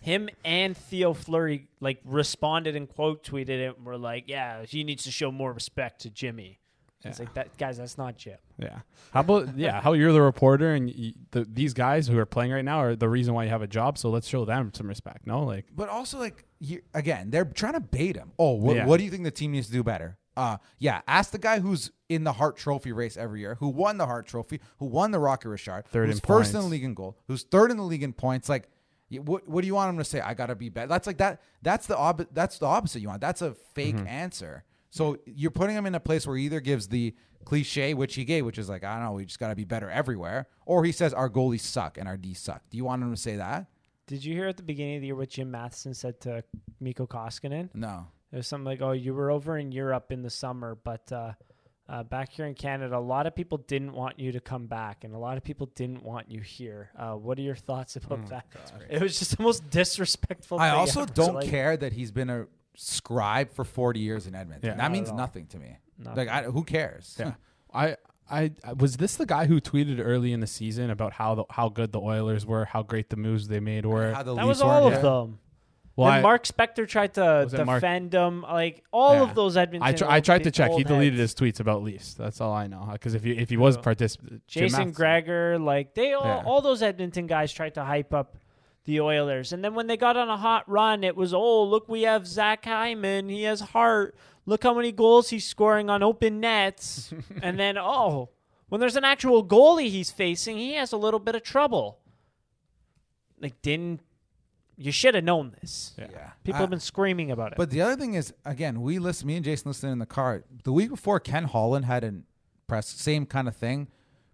B: Him and Theo Fleury like responded and quote tweeted it and were like, "Yeah, he needs to show more respect to Jimmy." It's like that, guys. That's not Jim.
A: yeah, how about yeah? How you're the reporter and y the, these guys who are playing right now are the reason why you have a job. So let's show them some respect. No, like
C: but also like you, again, they're trying to bait him. Oh, what,
A: Yeah.
C: what do you think the team needs to do better? Uh, yeah. Ask the guy who's in the Hart Trophy race every year, who won the Hart Trophy, who won the Rocky Richard,
A: Third
C: who's
A: in
C: first in the
A: points.
C: league in goal, who's third in the league in points. Like, y- what, what do you want him to say? I gotta be better. That's like that. That's the ob- That's the opposite you want. That's a fake
A: Mm-hmm.
C: answer. So you're putting him in a place where he either gives the cliche, which he gave, which is like, I don't know, we just gotta be better everywhere, or he says our goalies suck and our D suck. Do you want him to say that?
B: Did you hear at the beginning of the year what Jim Matheson said to Miko Koskinen?
C: No.
B: It was something like, "Oh, you were over in Europe in the summer, but uh, uh, back here in Canada, a lot of people didn't want you to come back, and a lot of people didn't want you here. Uh, what are your thoughts about
A: Hmm.
B: that?" It was just the most disrespectful.
C: I
B: thing
C: also
B: ever.
C: don't
B: Like,
C: care that he's been a scribe for 40 years in Edmonton.
A: Yeah.
C: that
A: Not
C: means
B: at all.
C: nothing to me.
B: Nothing.
C: Like, I, who cares?
A: Yeah. I, I I- was this the guy who tweeted early in the season about how the, how good the Oilers were, how great the moves they made were.
C: How the
B: That
C: Leafs
B: was all
C: weren't-
B: of them.
A: Well,
B: Then
A: I-
B: Mark Spector tried to
A: Was it Mark-
B: defend him. Like all
A: Yeah.
B: of those Edmonton.
A: I, tr- I
B: old
A: tried
B: pe-
A: to check. He
B: old
A: deleted
B: heads.
A: his tweets about Leafs. That's all I know. Because if you if he was
B: Oh.
A: participating,
B: Jason Greger, like they all,
A: Yeah.
B: all those Edmonton guys tried to hype up the Oilers, and then when they got on a hot run, it was oh look we have Zach Hyman, he has heart. Look how many goals he's scoring on open nets, and then oh when there's an actual goalie he's facing, he has a little bit of trouble. Like didn't you should have known this?
A: Yeah.
C: Yeah.
B: People
C: I-
B: have been screaming about it.
C: But the other thing is, again, we listen. Me and Jason listened in the car the week before. Ken Holland had a press same kind of thing.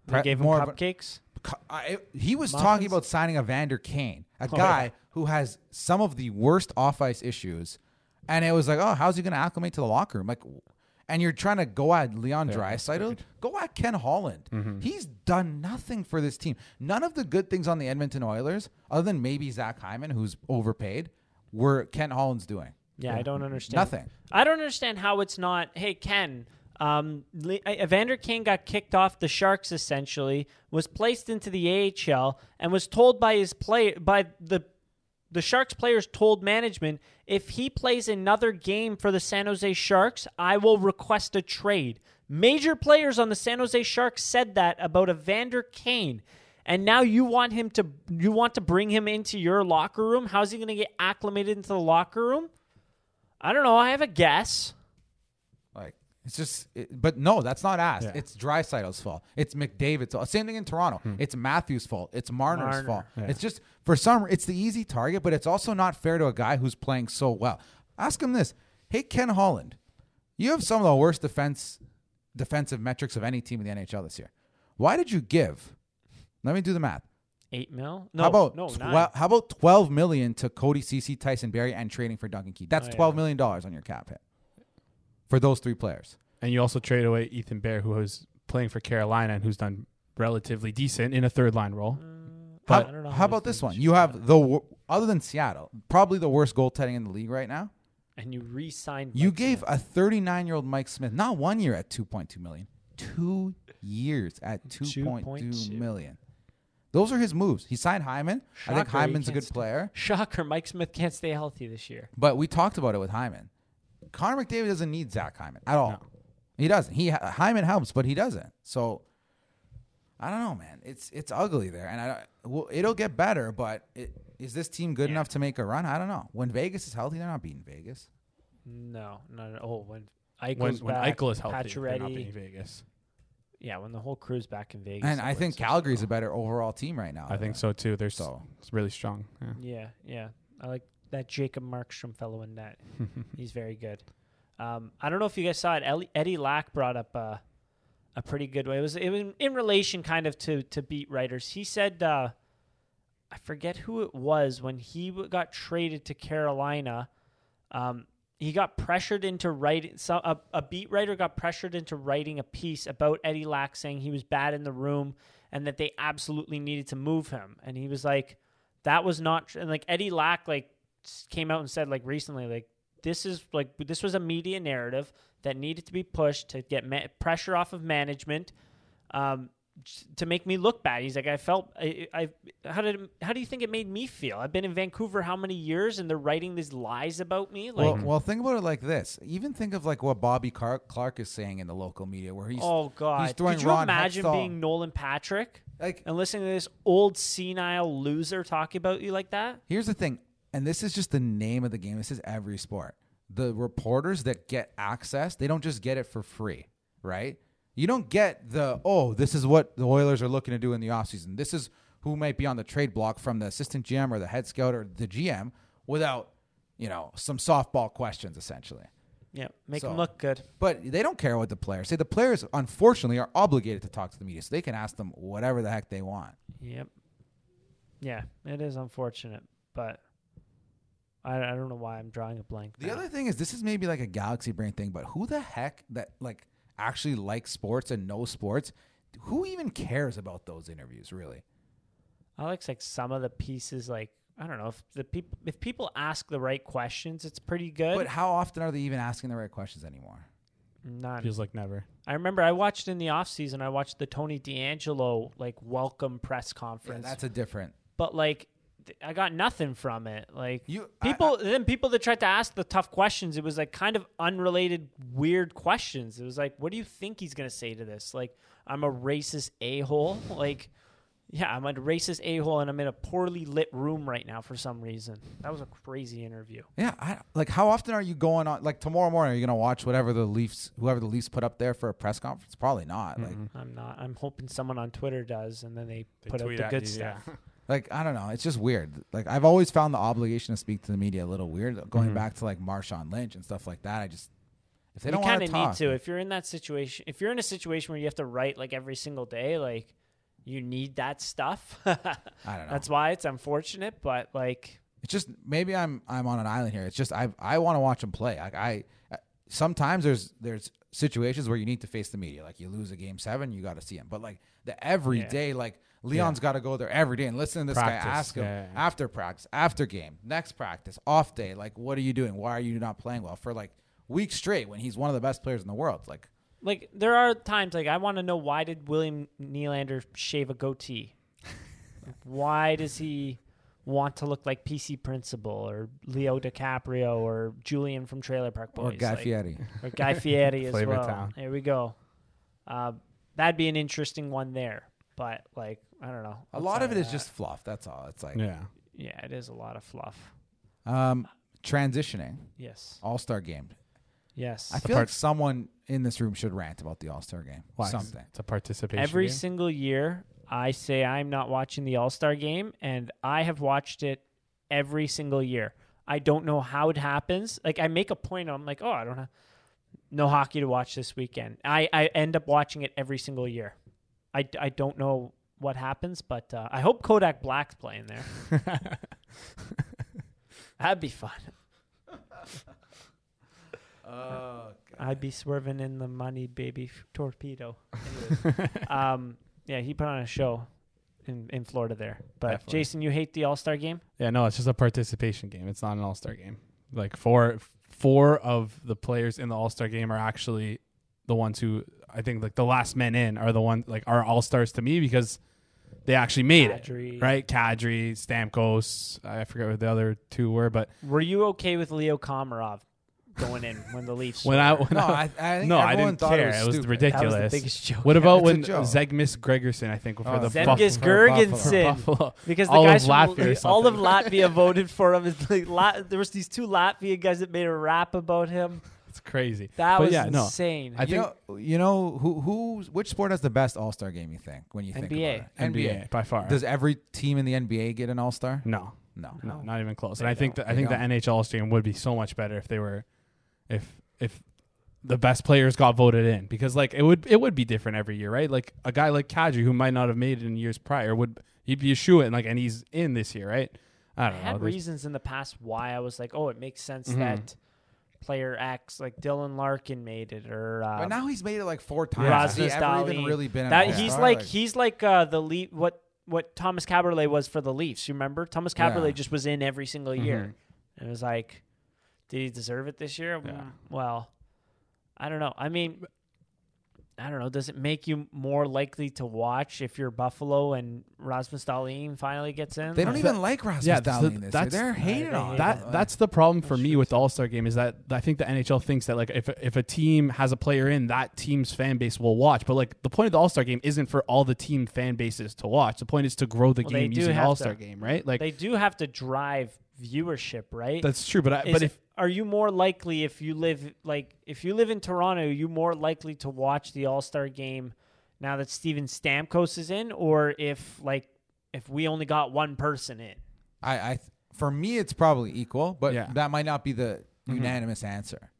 B: they
C: Pre-
B: gave him
C: more of a-
B: cupcakes.
C: cu- I, he was
B: Muffins?
C: talking about signing a Vander Kane, a guy who has some of the worst off ice issues, and it was like, oh, how's he going to acclimate to the locker room? Like, w- and you're trying to go at Leon Draisaitl, go at Ken Holland. He's done nothing for this team. None of the good things on the Edmonton Oilers, other than maybe Zach Hyman, who's overpaid, were Ken Holland's doing.
B: Yeah, I don't understand.
C: Nothing.
B: I don't understand how it's not. Hey, Ken. Um, Le- Evander Kane got kicked off the Sharks. Essentially, was placed into the AHL and was told by his play by the the Sharks players told management if he plays another game for the San Jose Sharks, I will request a trade. Major players on the San Jose Sharks said that about Evander Kane. And now you want him to you want to bring him into your locker room? How's he going to get acclimated into the locker room? I don't know. I have a guess.
C: Like it's just, it, but no, that's not asked.
A: Yeah.
C: It's Drysidle's fault. It's McDavid's fault. Same thing in Toronto. It's Matthews' fault. It's Marner's
B: Marner.
C: fault. It's just for some, it's the easy target, but it's also not fair to a guy who's playing so well. Ask him this: Hey, Ken Holland, you have some of the worst defense defensive metrics of any team in the NHL this year. Why did you give? Let me do the math.
B: Eight mil? No,
C: how about
B: no, nine.
C: twelve? How about twelve million to Cody CC, Tyson Berry, and trading for Duncan Key? That's
B: Oh, yeah.
C: twelve million dollars on your cap hit for those three players.
A: And you also trade away Ethan Bear, who is playing for Carolina and who's done relatively decent in a third line role.
B: I
C: how,
B: don't know
C: how
B: many
C: about this
B: things
C: one?
B: you
C: You
B: got.
C: have the wor- other than Seattle, probably the worst goaltending in the league right now.
B: and you re-signed.
C: You
B: Mike
C: gave
B: Smith.
C: a 39 year old Mike Smith not one year at 2.2 million, two years at 2.2
B: 2.2.
C: million. Those are his moves. He signed Hyman. I think
B: Shocker, he
C: Hyman's a
B: can't
C: good
B: stay-
C: player,
B: Shocker, Mike Smith can't stay healthy this year.
C: but we talked about it with Hyman. Connor McDavid doesn't need Zach Hyman at all. He doesn't. He Hyman helps, but he doesn't. So I don't know, man. It's it's ugly there, and I don't- well, it'll get better. But it, is this team good enough to make a run? I don't know. When Vegas is healthy, they're not beating Vegas.
B: No, no, no. Oh, when Eichel
A: When, when
B: back,
A: Eichel is healthy, they're not
B: Pacioretty.
A: being Vegas.
B: yeah, when the whole crew's back in Vegas.
C: And
B: it
C: I think
B: works out.
C: Calgary's a better overall team right now.
A: I think
C: than-
A: so too. They're Uh, so.
C: So
A: it's really strong. Yeah.
B: Yeah, yeah. I like that Jacob Markstrom fellow in net. He's very good. Um, I don't know if you guys saw it. Ellie, Eddie Lack brought up a, a pretty good way. It was it was in relation kind of to to beat writers. He said, uh, I forget who it was when he w- got traded to Carolina. Um, he got pressured into writing. So a, a beat writer got pressured into writing a piece about Eddie Lack saying he was bad in the room and that they absolutely needed to move him. And he was like, that was not tr- and like Eddie Lack like s- came out and said like recently like this is like this was a media narrative that needed to be pushed to get ma- pressure off of management um j- to make me look bad he's like i felt I, I how did it- how do you think it made me feel i've been in vancouver how many years and they're writing these lies about me like hmm.
C: well, well, think about it like this. Even think of like what Bobby Car- Clark is saying in the local media, where he's
B: oh god
C: throwing
B: could you
C: Ron
B: imagine
C: Hextall.
B: being nolan patrick
C: like.
B: and listening to this old senile loser talking about you like that
C: Here's the thing, and this is just the name of the game. This is every sport. The reporters that get access, they don't just get it for free, right? You don't get the oh, this is what the Oilers are looking to do in the offseason. This is who might be on the trade block from the assistant GM or the head scout or the GM without, you know, some softball questions essentially.
B: yeah make
C: So-
B: him look good
C: But they don't care what the players say. The players, unfortunately, are obligated to talk to the media, so they can ask them whatever the heck they want.
B: Yep. Yeah, it is unfortunate, but I, I don't know why I'm drawing a blank.
C: The
B: now.
C: other thing is, this is maybe like a galaxy brain thing, but who the heck that like actually likes sports and knows sports? Who even cares about those interviews, really?
B: I like like some of the pieces. Like I don't know if the people if people ask the right questions, it's pretty good.
C: But how often are they even asking the right questions anymore?
B: None.
A: Feels like never.
B: I remember I watched in the off season. I watched the Tony D'Angelo like welcome press
C: Yeah,
B: conference.
C: that's a different.
B: but like th- I got nothing from it. Like
C: You- I-
B: people, then people that tried to ask the tough questions, it was like kind of unrelated, weird questions. It was like, what do you think he's gonna say to this? Like, I'm a racist a hole. like, yeah, I'm a racist a hole, and I'm in a poorly lit room right now for some reason. That was a crazy interview.
C: Yeah, I, like how often are you going on? Like tomorrow morning, are you gonna watch whatever the Leafs, whoever the Leafs put up there for a press conference? Probably not. Like,
B: I'm not. I'm hoping someone on Twitter does, and then they,
A: They
B: put out
A: tweet
B: the
A: at
B: good
A: you, yeah.
B: stuff.
C: like I don't know. It's just weird. Like I've always found the obligation to speak to the media a little weird. Going
A: Mhm.
C: back to like Marshawn Lynch and stuff like that, I just if they
B: you
C: don't want
B: kinda
C: to talk,
B: need to if you're in that situation. If you're in a situation where you have to write like every single day, like you need that stuff.
C: I don't know.
B: That's why it's unfortunate, but like
C: It's just maybe I'm I'm on an island here. It's just I I want to watch them play. Like I uh, sometimes there's there's situations where you need to face the media. Like you lose a game seven, you got to see him. But like the everyday, like Leon's got to go there every day and listen to this
A: Practice,
C: guy ask him
A: yeah, yeah, yeah.
C: after practice, after game, next practice, off day. Like what are you doing? Why are you not playing well for like weeks straight when he's one of the best players in the world? Like
B: like there are times like I want to know why did William Nylander shave a goatee? why does he want to look like PC Principal or Leo DiCaprio or Julian from Trailer Park
C: or
B: Boys
C: Guy
B: like-
C: Fieri.
B: or Guy Fieri as
A: Flavor
B: well.
A: Town.
B: There we go. Uh, that'd be an interesting one there, but like I don't know.
C: A lot of it
B: Outside
C: is
B: that-
C: just fluff. That's all. It's like
A: Yeah.
B: yeah, it is a lot of fluff.
C: um, transitioning
B: Yes,
C: All Star game.
B: yes.
C: I
A: The
C: feel
A: part-
C: like someone in this room should rant about the All Star game.
A: Why?
C: Something.
A: It's a participation.
B: Every
A: game.
B: single year, I say I'm not watching the All Star game, and I have watched it every single year. I don't know how it happens. Like I make a point. I'm like, oh, I don't have no hockey to watch this weekend. I I end up watching it every single year. I I don't know what happens, but uh, I hope Kodak Black's playing there. That'd be fun.
C: Oh,
B: I'd be swerving in the money, baby f- torpedo. um, yeah, he put on a show in, in Florida there. But
A: Definitely.
B: Jason, you hate the All Star game?
A: Yeah, no, it's just a participation game. It's not an All Star game. Like four four of the players in the All Star game are actually the ones who I think like the last men in are the ones like are All Stars to me because they actually made
B: Kadri.
A: it right. Kadri, Stamkos, I forget what the other two were, but
B: Were you okay with Leo Komarov going in when the Leafs?
A: when I
B: scored?
A: when
C: No,
A: I,
C: I, I think
A: no, I
C: everyone
A: didn't
C: thought
A: care.
C: It was, stupid.
B: that was
A: ridiculous.
B: the biggest joke.
A: what about
C: it's a
A: when
C: joke.
A: Zegmis Gregerson? I think for
C: Oh,
A: the
B: Zemgus
A: Buff-
B: Gergensen.
A: Buffalo.
B: Because the
A: All of
B: guys from,
A: Latvia or
B: all of
A: something.
B: Latvia voted for him. It's like, Lat- there was these two Latvia guys that made a rap about him.
A: It's crazy.
B: That
A: But
B: was
A: yeah, no.
B: insane.
A: I
C: you
A: think
C: know, you know who who which sport has the best All Star game? You think when you think
B: NBA.
C: about it?
A: NBA, by far.
C: Does every team in the NBA get an All Star?
A: no.
C: No.
A: No,
B: No.
A: not even close.
B: They
A: and I think
B: don't.
A: that I
C: They
A: think
C: don't.
A: the NHL stream would be so much better if they were, if if the best players got voted in because like it would it would be different every year, right? Like a guy like Kadri who might not have made it in years prior would he'd be a shoe in like and he's in this year, right? I
B: I
A: don't know.
B: had
A: There's-
B: reasons in the past why I was like, oh, it makes sense
A: Mhm.
B: that player X, like Dylan Larkin, made it, or uh,
C: But now he's made it like four
A: Yeah.
C: times. Has he
B: Rasmus
C: ever even
B: Dahlin.
C: really been an
B: that
C: All-Star?
B: he's like, he's like uh, the Le- what what Thomas Caberlet was for the Leafs. You remember Thomas Caberlet
C: Yeah.
B: just was in every single
A: Mm-hmm.
B: year, and it was like, did he deserve it this year?
A: Yeah.
B: Mm, Well, I don't know. I mean. I don't know. Does it make you more likely to watch if you're Buffalo and Rasmus Dahlin finally gets in?
C: They don't
B: Like-
C: even like Rasmus
A: Yeah, so
C: Dahlin this year.
A: that's-
C: They're hated
B: they
C: on.
B: hate
A: that that's the problem for me with the All Star game is that I think the NHL thinks that like if if a team has a player in that team's fan base will watch, but like the point of the All Star game isn't for all the team fan bases to watch. The point is to grow the
B: Well, they
A: game
B: do
A: using
B: have
A: All Star
B: to-
A: game, right? Like
B: they do have to drive viewership, right?
A: that's true, but I,
B: Is
A: but
B: it-
A: if
B: are you more likely if you live like if you live in Toronto, are you more likely to watch the All Star game now that Steven Stamkos is in, or if like if we only got one person in?
C: I, I for me it's probably equal, but
A: Yeah. Mm-hmm.
C: that might not be the unanimous answer,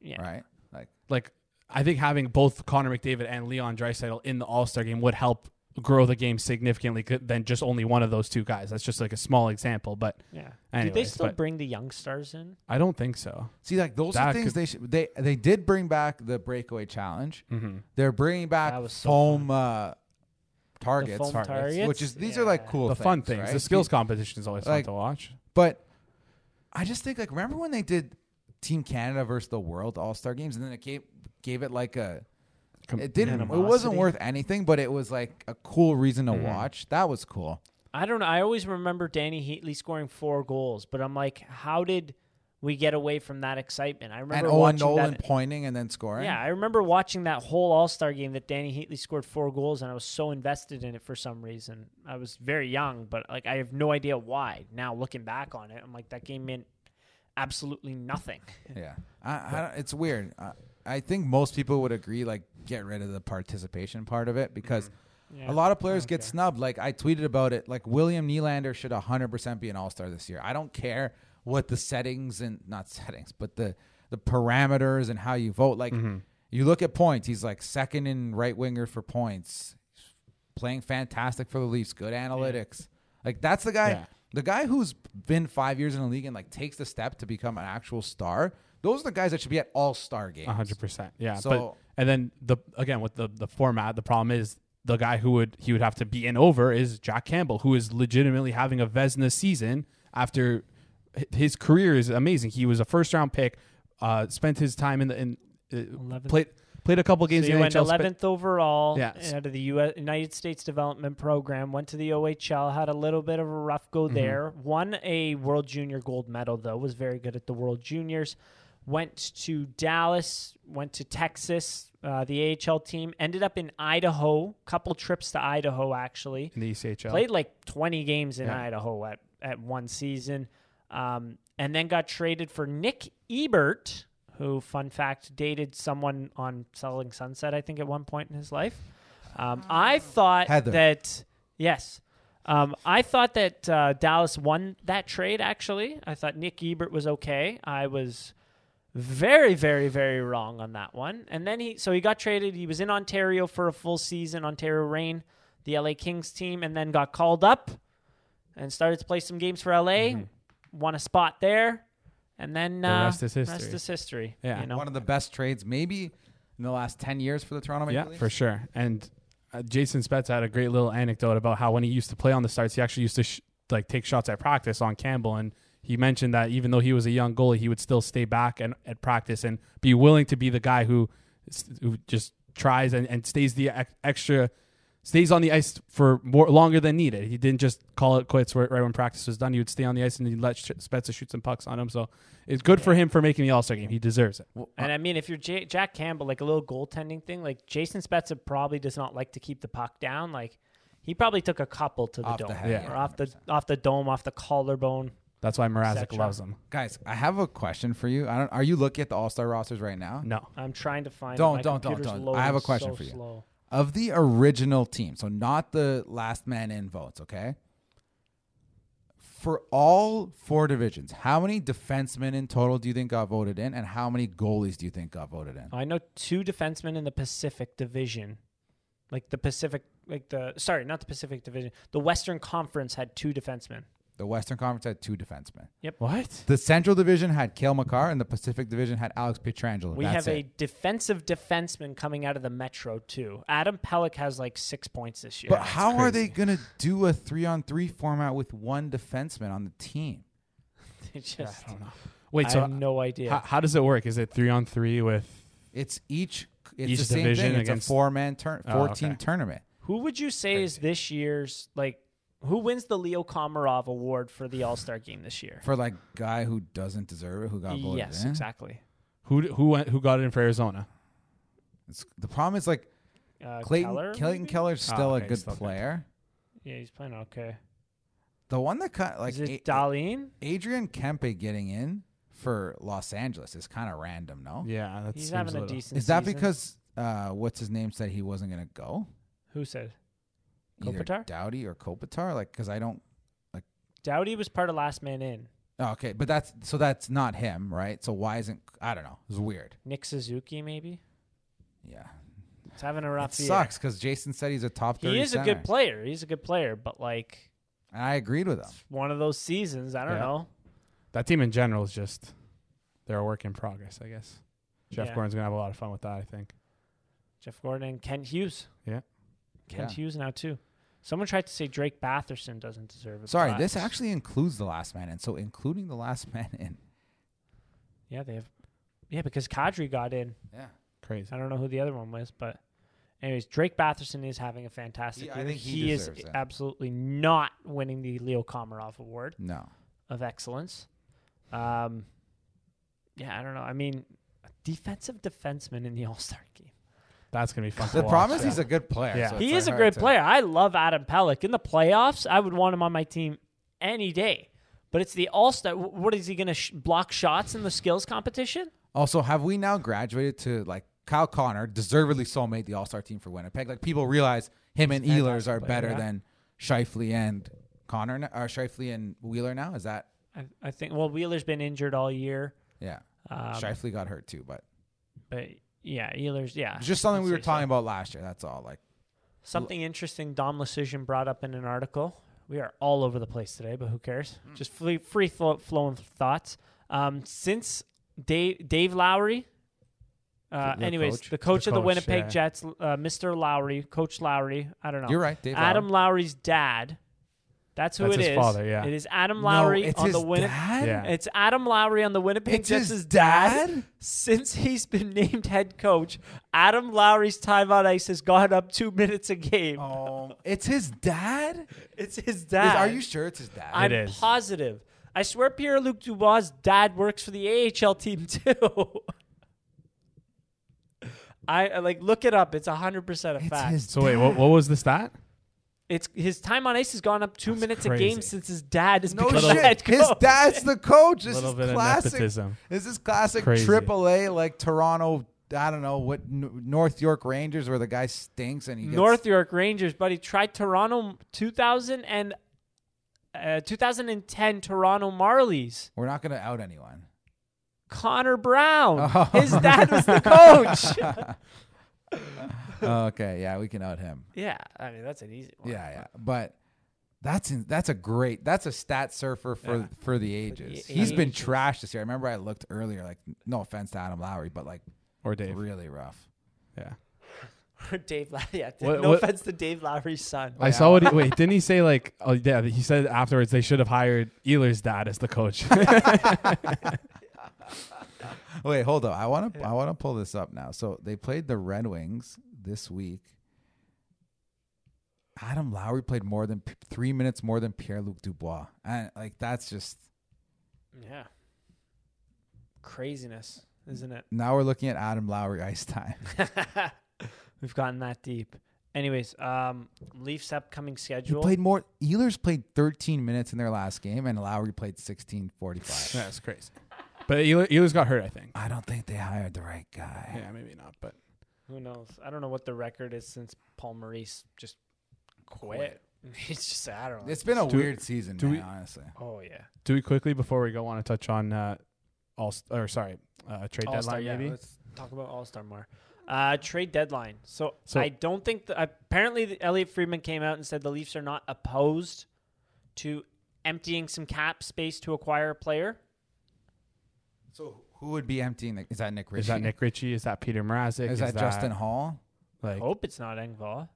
B: Yeah,
C: right? Like
A: like I think having both Connor McDavid and Leon Draisaitl in the All Star game would help grow the game significantly c- than just only one of those two guys. That's just like a small example, but
B: yeah. Do they
A: Anyways,
B: still
A: but-
B: bring the young stars in?
A: I don't think so.
C: see like those are
A: That
C: things
A: could-
C: they should they they did bring back the breakaway challenge.
A: Mm-hmm.
C: They're bringing
B: That
C: back
B: was so
C: foam uh, targets,
B: foam
A: targets,
B: targets,
C: which is these are like
B: Yeah.
C: cool
A: the fun things,
C: right?
A: the skills competition is always
C: Like-
A: fun to watch.
C: But I just think like remember when they did Team Canada versus the World All Star Games, and then it gave gave it like a
A: Com-
C: it didn't it
B: Animosity.
C: wasn't worth anything, but it was like a cool reason to
A: Mm-hmm.
C: watch. That was cool.
B: I don't know. I always remember Danny Heatley scoring four goals, but I'm like, how did we get away from that excitement? I remember
C: And Owen
B: watching
C: Nolan
B: that.
C: pointing and then scoring.
B: Yeah, I remember watching that whole All Star game that Danny Heatley scored four goals, and I was so invested in it for some reason. I was very young, but like I have no idea why. Now looking back on it, I'm like that game meant absolutely nothing.
C: Yeah, I, I don't, it's weird. I, I think most people would agree, like, get rid of the participation part of it because
B: Yeah,
C: a lot of players get snubbed. Like I tweeted about it. Like William Nylander should 100% be an All Star this year. I don't care what the settings and not settings, but the the parameters and how you vote. Like you look at points, he's like second in right winger for points, playing fantastic for the Leafs. Good analytics. Like that's the guy.
A: Yeah.
C: The guy who's been five years in the league and like takes the step to become an actual star. Those are the guys that should be at All Star games.
A: A hundred percent. Yeah. but
C: So-
A: and then the again with the the format, the problem is the guy who would he would have to be in over is Jack Campbell, who is legitimately having a Vesna season after hi- his career is amazing. He was a first round pick, uh, spent his time in the in uh,
B: 11th.
A: played played a couple
B: So
A: games
B: you
A: in the
B: went
A: NHL. spent-
B: 11th overall
A: Yeah.
B: out of the US, United States Development Program, went to the OHL, had a little bit of a rough go
A: Mm-hmm.
B: there, won a World Junior gold medal, though, was very good at the World Juniors, went to Dallas, went to Texas, uh, the AHL team, ended up in Idaho, couple trips to Idaho, actually.
A: in the E ECHL.
B: Played like 20 games in
A: Yeah.
B: Idaho at, at one season, um, and then got traded for Nick Ebert, who, fun fact, dated someone on Selling Sunset, I think, at one point in his life. Um, I thought
C: Heather.
B: that, yes. Um, I thought that uh, Dallas won that trade, actually. I thought Nick Ebert was okay. I was very very very wrong on that one and then he so he got traded he was in ontario for a full season ontario reign the LA Kings team, and then got called up and started to play some games for LA. Won a spot there, and then
A: Mm-hmm. The
B: uh,
A: rest is history.
B: history,
A: Yeah.
B: you know?
C: One of the best trades maybe in the last 10 years for the Toronto Maple
A: Yeah,
C: Leafs.
A: for sure. And uh, Jason Spetz had a great little anecdote about how when he used to play on the starts, he actually used to sh- like take shots at practice on Campbell, and he mentioned that even though he was a young goalie, he would still stay back and at practice and be willing to be the guy who, s- who just tries and, and stays the ex- extra stays on the ice for more longer than needed. He didn't just call it quits right, right when practice was done. He would stay on the ice and he'd let Sh- Spezza shoot some pucks on him. So it's good for him for making the All Star game. He deserves it.
B: And
C: uh,
B: I mean, if you're J- Jack Campbell, like a little goaltending thing, like Jason Spezza probably does not like to keep the puck down. Like he probably took a couple to the
C: Off the
B: dome,
C: head,
A: Yeah.
B: or off the off the dome, off the collarbone.
A: That's why Mrazek
B: Exactly.
A: loves him.
C: Guys, I have a question for you. I don't are you looking at the All-Star rosters right now?
A: No.
B: I'm trying to find. it.
C: Don't,
B: My
C: don't, don't,
B: computer's
C: don't.
B: loading
C: I have a question
B: so
C: for you.
B: slow.
C: Of the original team, so not the last man in votes, okay? For all four divisions, how many defensemen in total do you think got voted in and how many goalies do you think got voted in?
B: I know two defensemen in the Pacific Division, like the Pacific, like the sorry, not the Pacific Division. The Western Conference had two defensemen.
C: The Western Conference had two defensemen.
A: What?
C: The Central Division had Kale McCarr and the Pacific Division had Alex Pietrangelo.
B: We
C: That's
B: have a
C: it.
B: defensive defenseman coming out of the Metro too. Adam Pellick has like six points this year.
C: But how are they
A: crazy.
C: going to do a 3 on 3 format with one defenseman on the team?
B: They just,
A: Wait,
B: I
A: so
B: have no idea.
A: How, how does it work? Is it three on three with?
C: It's each it's
A: Each
C: the same
A: division
C: thing. It's
A: against-
C: a four man turn
A: Oh,
C: four team
A: okay.
C: tournament.
B: Who would you say is this year's like? Who wins the Leo Komarov Award for the All Star Game this year?
C: For like guy who doesn't deserve it, who got voted
B: Yes,
C: in.
B: exactly.
A: Who who went, who got it in for Arizona?
C: It's, the problem is like
B: Uh,
C: Clayton
B: Keller,
C: Clayton
B: maybe?
C: Keller's still
A: Oh, okay, he's
C: a good
A: still good.
C: player.
B: Yeah, he's playing okay.
C: The one that kind like
B: is it
C: A-
B: Darlene?
C: Adrian Kempe getting in for Los Angeles is kind of random, no?
A: Yeah, that's
B: Oh. He's having a decent.
C: Is that
B: season.
C: because uh, what's his name said he wasn't gonna go?
B: who said
C: Either
B: Kopitar?
C: Dowdy or Kopitar? Like, cause I don't.
B: Dowdy was part of Last Man In?
C: oh, okay, but that's so that's not him, right? So why isn't I don't know? It's weird.
B: Nick Suzuki maybe.
C: Yeah,
B: He's having a rough
C: it
B: year.
C: sucks because Jason said he's a top thirty.
B: He is a
C: center,
B: good player. He's a good player, but like
C: And I agreed with him.
B: it's one of those seasons. I don't
A: Yeah.
B: know.
A: that team in general is just they're a work in progress, I guess. Jeff
B: Yeah.
A: Gordon's gonna have a lot of fun with that, I think.
B: Jeff Gordon and Kent Hughes.
A: Yeah.
B: Kent
C: Yeah.
B: Hughes now too. Someone tried to say Drake Batherson doesn't deserve it.
C: Sorry,
B: but-
C: this actually includes the last man in. So including the last man in.
B: Yeah, they have. Yeah, because Kadri got in.
C: Yeah.
A: Crazy.
B: I don't know who the other one was, but anyways, Drake Batherson is having a fantastic
C: Yeah, I
B: year.
C: think he
B: is
C: deserves it.
B: absolutely not winning the Leo Komarov Award
C: No.
B: of Excellence. Um, yeah, I don't know. I mean, a defensive defenseman in the All Star game.
A: That's gonna be fun.
C: The
A: to
C: problem
A: watch,
C: is he's
A: yeah.
C: a good player.
A: Yeah.
C: so
B: he
C: it's,
B: is a
C: like,
B: great
C: hard to-
B: player. I love Adam Pellick. In the playoffs, I would want him on my team any day. But it's the All Star. What is he going to sh- block shots in the skills competition?
C: Also, have we now graduated to like Kyle Connor deservedly so made the All Star team for Winnipeg? Like people realize him and Ehlers are better
B: yeah.
C: than Shifley and Connor n- or Shifley and Wheeler now. Is that
B: I, I think. Well, Wheeler's been injured all year,
C: yeah?
B: um,
C: Shifley got hurt too, but
B: but yeah, Wheeler's yeah.
C: it's just something
B: I'd
C: we were
B: say so.
C: talking about last year. That's all. Like
B: Something interesting Dom Lecision brought up in an article. We are all over the place today, but who cares?
C: Mm.
B: Just free, free flow, flowing thoughts. Um, since Dave, Dave Lowry, uh,
C: The
B: anyways,
C: coach?
B: the coach
A: The
B: of the
A: coach,
B: Winnipeg
A: yeah.
B: Jets, uh, Mr. Lowry, Coach Lowry, I don't know.
C: you're right, Dave.
B: Adam
C: Lowry.
B: Lowry's dad. That's who
A: That's
B: it
A: his
B: is.
A: father, yeah.
B: It is Adam
C: No,
B: Lowry
C: it's
B: on
C: his
B: the Winnipeg.
C: dad?
A: Yeah.
B: It's Adam Lowry on the Winnipeg
C: It's
B: Jets'
C: his dad?
B: Since he's been named head coach, Adam Lowry's time on ice has gone up two minutes a game.
C: Um, it's his dad.
B: It's
C: Is-
B: his dad.
C: are you sure it's his dad?
B: I'm
A: It is.
B: positive. I swear Pierre Luc Dubois' dad works for the AHL team too. I I, like look it up. It's hundred percent a
C: it's
B: fact.
C: his.
A: So wait, what, what was the stat?
B: it's his time on ice has gone up two
A: That's
B: minutes a
A: crazy.
B: game since his dad has
C: No
B: become the
C: shit.
B: head coach.
C: His dad's the coach.
A: A
C: This
A: little
C: is
A: bit of
C: classic.
A: nepotism.
C: This is classic
A: Crazy.
C: AAA like Toronto. I don't know what N- North York Rangers where the guy stinks and he gets
B: North York Rangers, buddy. Try Toronto 2000 and uh, 2010 Toronto Marlies.
C: We're not gonna out anyone.
B: Connor Brown.
C: Oh.
B: His dad was the coach.
C: okay, yeah, we can out him.
B: Yeah, I mean that's an easy one.
C: Yeah, yeah. But that's in, that's a great that's a stat surfer for
B: Yeah.
C: for the ages.
B: the
C: He's been
B: ages.
C: trashed this year. I remember I looked earlier, like no offense to Adam Lowry, but like
A: or Dave.
C: really rough.
A: Yeah.
B: Dave Lowry. Yeah,
A: What-
B: no
A: what-
B: offense to Dave Lowry's son.
A: I saw what he, wait, didn't he say like oh yeah, he said afterwards they should have hired Ehlers dad as the coach.
C: Wait, hold up. I want to
B: Yeah.
C: I want to pull this up now. So they played the Red Wings this week. Adam Lowry played more than p- three minutes more than Pierre Luc Dubois, and like that's just
B: Yeah, craziness, isn't it?
C: now we're looking at Adam Lowry ice time.
B: We've gotten that deep. Anyways, um, Leafs upcoming
C: He
B: schedule.
C: played more. Ehlers played 13 minutes in their last game, and Lowry played 16:45.
A: That's crazy. But Ehlers, Ehlers got hurt, I think.
C: I don't think they hired the right guy.
A: Yeah, maybe not, but
B: Who knows? I don't know what the record is since Paul Maurice just quit. He's just I don't know.
C: It's been a
A: Do-
C: weird season,
A: do
C: man,
A: we-
C: honestly.
B: oh yeah,
A: do we quickly before we go want to touch on uh all or sorry, uh trade
B: All Star.
A: deadline
B: Yeah,
A: maybe?
B: let's talk about All Star more. Uh, trade deadline. So,
A: So-
B: I don't think the, apparently the, Elliot Friedman came out and said the Leafs are not opposed to emptying some cap space to acquire a player.
C: So who would be emptying? The, is that Nick Ritchie?
A: Is that Nick Ritchie? Is that Peter Mrazek?
C: Is, that, Justin Hall?
A: Like,
B: Hope it's not Engvall.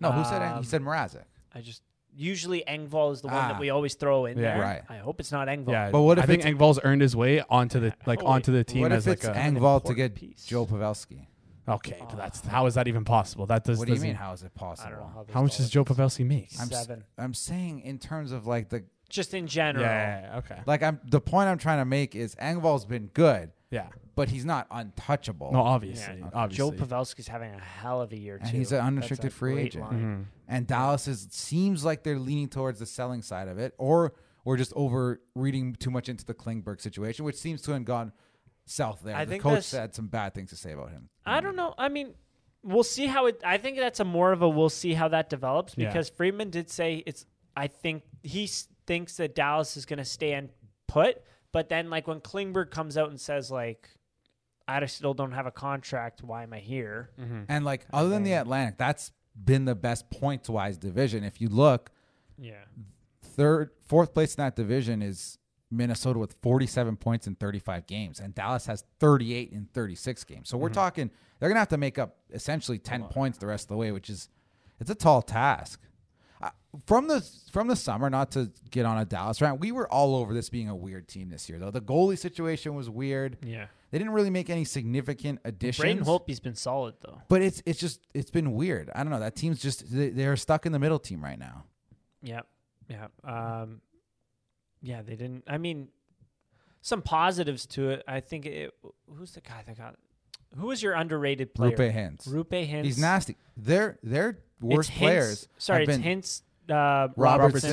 C: No, who said
B: Um,
C: he said Mrazek?
B: I just usually Engvall is the one
C: Ah.
B: that we always throw in
A: Yeah.
B: there.
C: Right.
B: I hope it's not Engvall.
A: yeah,
C: But what
A: I
C: if
A: think Engvall's earned his way onto the like
B: Oh,
A: onto the team
C: What
A: as
C: if
A: like
C: it's
A: a
C: Engvall to
B: important
C: get
B: piece.
C: Joe Pavelski?
A: okay. But that's how is that even possible? That does.
C: What do you
A: doesn't-
C: mean? How is it possible?
B: I don't know how. this
A: How much
B: all
A: does
B: is.
A: Joe Pavelski make?
C: I'm s-
B: Seven.
C: I'm saying in terms of like the
B: Just in general.
A: Yeah. Okay.
C: like I'm the point I'm trying to make is Engvall's been good,
A: Yeah.
C: but he's not untouchable.
A: No, obviously.
B: Yeah.
A: Obviously.
B: Joe Pavelski's having a hell of a year too.
C: And he's an
B: That's a
C: unrestricted free
B: great
C: agent.
B: line.
C: and Dallas is seems like they're leaning towards the selling side of it, or we're just over reading too much into the Klingberg situation, which seems to have gone south there.
B: I
C: the
B: think
C: coach
B: that's-
C: said some bad things to say about him.
B: I don't know. I mean, we'll see how it. I think that's a more of a we'll see how that develops
A: Yeah.
B: because Friedman did say it's. I think he s- thinks that Dallas is going to stay and put, but then like when Klingberg comes out and says like, I just still don't have a contract. Why am I here?
C: And like other than the Atlantic, that's been the best points wise division. If you look,
B: Yeah.
C: third, fourth place in that division is Minnesota with 47 points in 35 games, and Dallas has 38 in 36 games. So we're talking they're gonna have to make up essentially 10 points the rest of the way, which is it's a tall task. I- From the from the summer, not to get on a Dallas rant, we were all over this being a weird team this year. Though the goalie situation was weird,
B: Yeah.
C: they didn't really make any significant
B: Braden
C: additions.
B: Holtby's been solid though.
C: But it's it's just it's been weird. I don't know. That team's just they, they're stuck in the middle team right now.
B: Yeah. Yeah. Um, yeah, they didn't. I mean, some positives to it. I think it. Who's the guy that got? Who was your underrated player?
C: Rupe Hintz.
B: Rupe Hintz.
C: He's nasty. Their their
B: It's
C: worst
B: Hintz-
C: players.
B: Sorry,
C: have
B: it's
C: been
B: Hintz, uh, Robertson,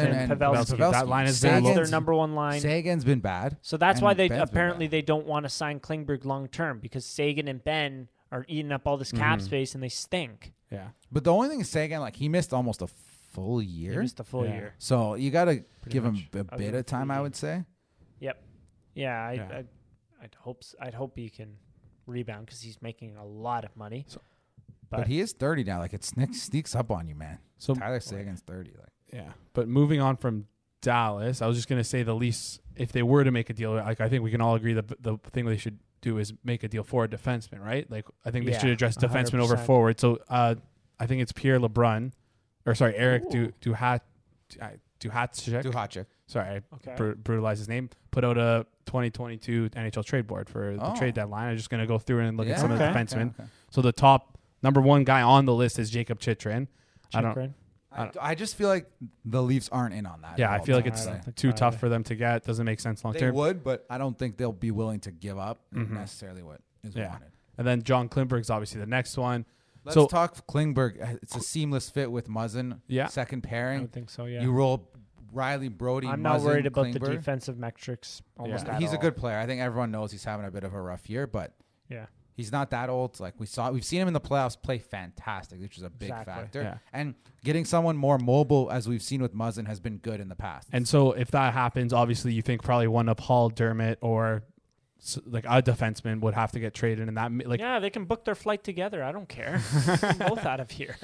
C: Robertson
B: and,
C: and
B: Pavelski.
A: Pavelski. That line has been
B: That's their
C: Sagan's-
B: number one line.
C: Sagan's been bad.
B: so that's
C: and
B: why they
C: Ben's been
B: apparently
C: bad.
B: they don't want to sign Klingberg long term because Sagan and Ben are eating up all this cap
C: Mm-hmm.
B: space and they stink.
A: yeah.
C: But the only thing is Sagan, like he missed almost a full
B: He
C: year.
B: missed the full
A: Yeah.
B: year.
C: so you got to give him
B: much.
C: a
B: I was
C: bit
B: gonna
C: of time, I
B: say-
C: would say.
B: Yep. Yeah, I,
A: Yeah.
B: I, I'd hope s- I'd hope he can rebound because he's making a lot of money.
A: So-
C: But, he is 30 now. Like it sneaks, sneaks up on you, man.
B: Um,
A: So
C: Tyler Sagan's 30. Like
A: yeah. But moving on from Dallas, I was just gonna say the Leafs, if they were to make a deal, like I think we can all agree that the thing they should do is make a deal for a defenseman, right? Like I think they
B: Yeah,
A: should address defenseman over
B: 100%.
A: forward. So uh, I think it's Pierre LeBrun, or sorry, Eric
B: Ooh.
A: Du Duhat Duhatchek.
C: Duhachek.
A: sorry, I
B: Okay.
A: br- brutalized his name. Put out a 2022 NHL trade board for the
C: Oh.
A: trade deadline. I'm just gonna go through and look at
C: Yeah.
A: some of
B: Okay.
A: the defensemen. So the top number one guy on the list is Jacob Chitrin. I don't.
B: Chikrin.
A: I
C: I, I just feel like the Leafs aren't in on that. at
A: Yeah, I
C: all
A: feel like
C: times.
A: it's
B: I don't
A: too
B: think so
A: tough
B: either.
A: for them to get. Doesn't make sense long
C: they
A: term.
C: would, but I don't think they'll be willing to give up
A: Mhm.
C: necessarily what is
A: Yeah.
C: wanted.
A: And then John Klimberg's obviously the next one.
C: Let's
A: So-
C: talk Klingberg. Uh, It's a seamless fit with Muzzin.
A: Yeah.
C: Second
B: I
C: pairing.
B: would think so. Yeah.
C: You roll Riley Brody.
B: I'm not
C: Muzzin,
B: worried about the
C: Klingberg.
B: defensive metrics. Almost
A: Yeah.
B: at
C: He's a
B: all.
C: good player. I think everyone knows he's having a bit of a rough year, but
B: Yeah.
C: he's not that old. Like we saw, we've seen him in the playoffs play fantastic, which is a big
B: Exactly.
C: factor.
A: Yeah.
C: And getting someone more mobile, as we've seen with Muzzin, has been good in the past.
A: And so if that happens, obviously you think probably one up Hall, Dermott, or s like a defenseman would have to get traded, and that ma- like.
B: yeah, they can book their flight together. I don't care. I'm both out of here.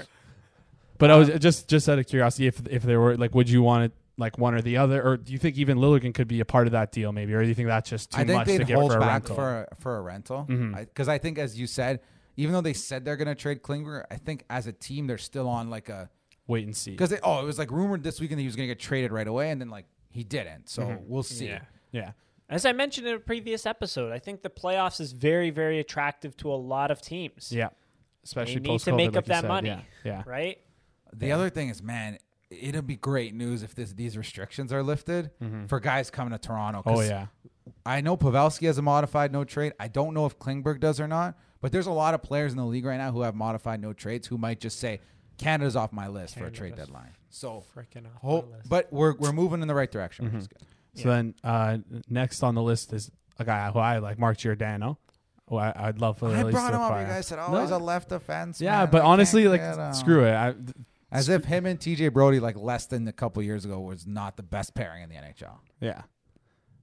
A: But I was just just out of curiosity if if there were like, would you want it like one or the other, or do you think even Lilligan could be a part of that deal maybe, or do you think that's just too
C: I think
A: much to
C: they'd
A: get
C: hold
A: for a
C: back
A: rental?
C: for a, for a rental because
A: Mhm.
C: I, think, as you said, even though they said they're going to trade Klingberg, I think as a team they're still on like a
A: Wait and see.
C: because oh it was like rumored this weekend that he was going to get traded right away and then like he didn't, so we'll see.
B: Yeah.
A: Mm-hmm. Yeah.
B: As I mentioned in a previous episode, I think the playoffs is very, very attractive to a lot of teams.
A: Yeah. Especially
B: need
A: post
B: to make
A: like
B: up
A: you
B: that
A: said.
B: money.
A: Yeah. Yeah.
B: Right?
C: The other thing is, man, it'll be great news if this these restrictions are lifted for guys coming to Toronto.
A: Mm-hmm. Oh
C: 'cause
A: yeah.
C: I know Pavelski has a modified no trade. I don't know if Klingberg does or not, but there's a lot of players in the league right now who have modified no trades who might just say Canada's off my list for a trade
B: Canada's-
C: deadline. So,
B: Freaking off
C: ho- but we're we're moving in the right direction. which is
A: Mm-hmm.
C: good.
A: So then uh, next on the list is a guy who I like, Mark Giordano. Who I, I'd love for the
C: I
A: Leafs
C: brought
A: to
C: him up. You
A: acquire.
C: guys said, "Oh,
A: No.
C: he's a left defense."
A: Yeah,
C: man.
A: but
C: I
A: honestly,
C: can't
A: like,
C: get him."
A: screw it. I,
C: As if him and TJ Brody, like less than a couple years ago, was not the best pairing in the NHL.
A: yeah.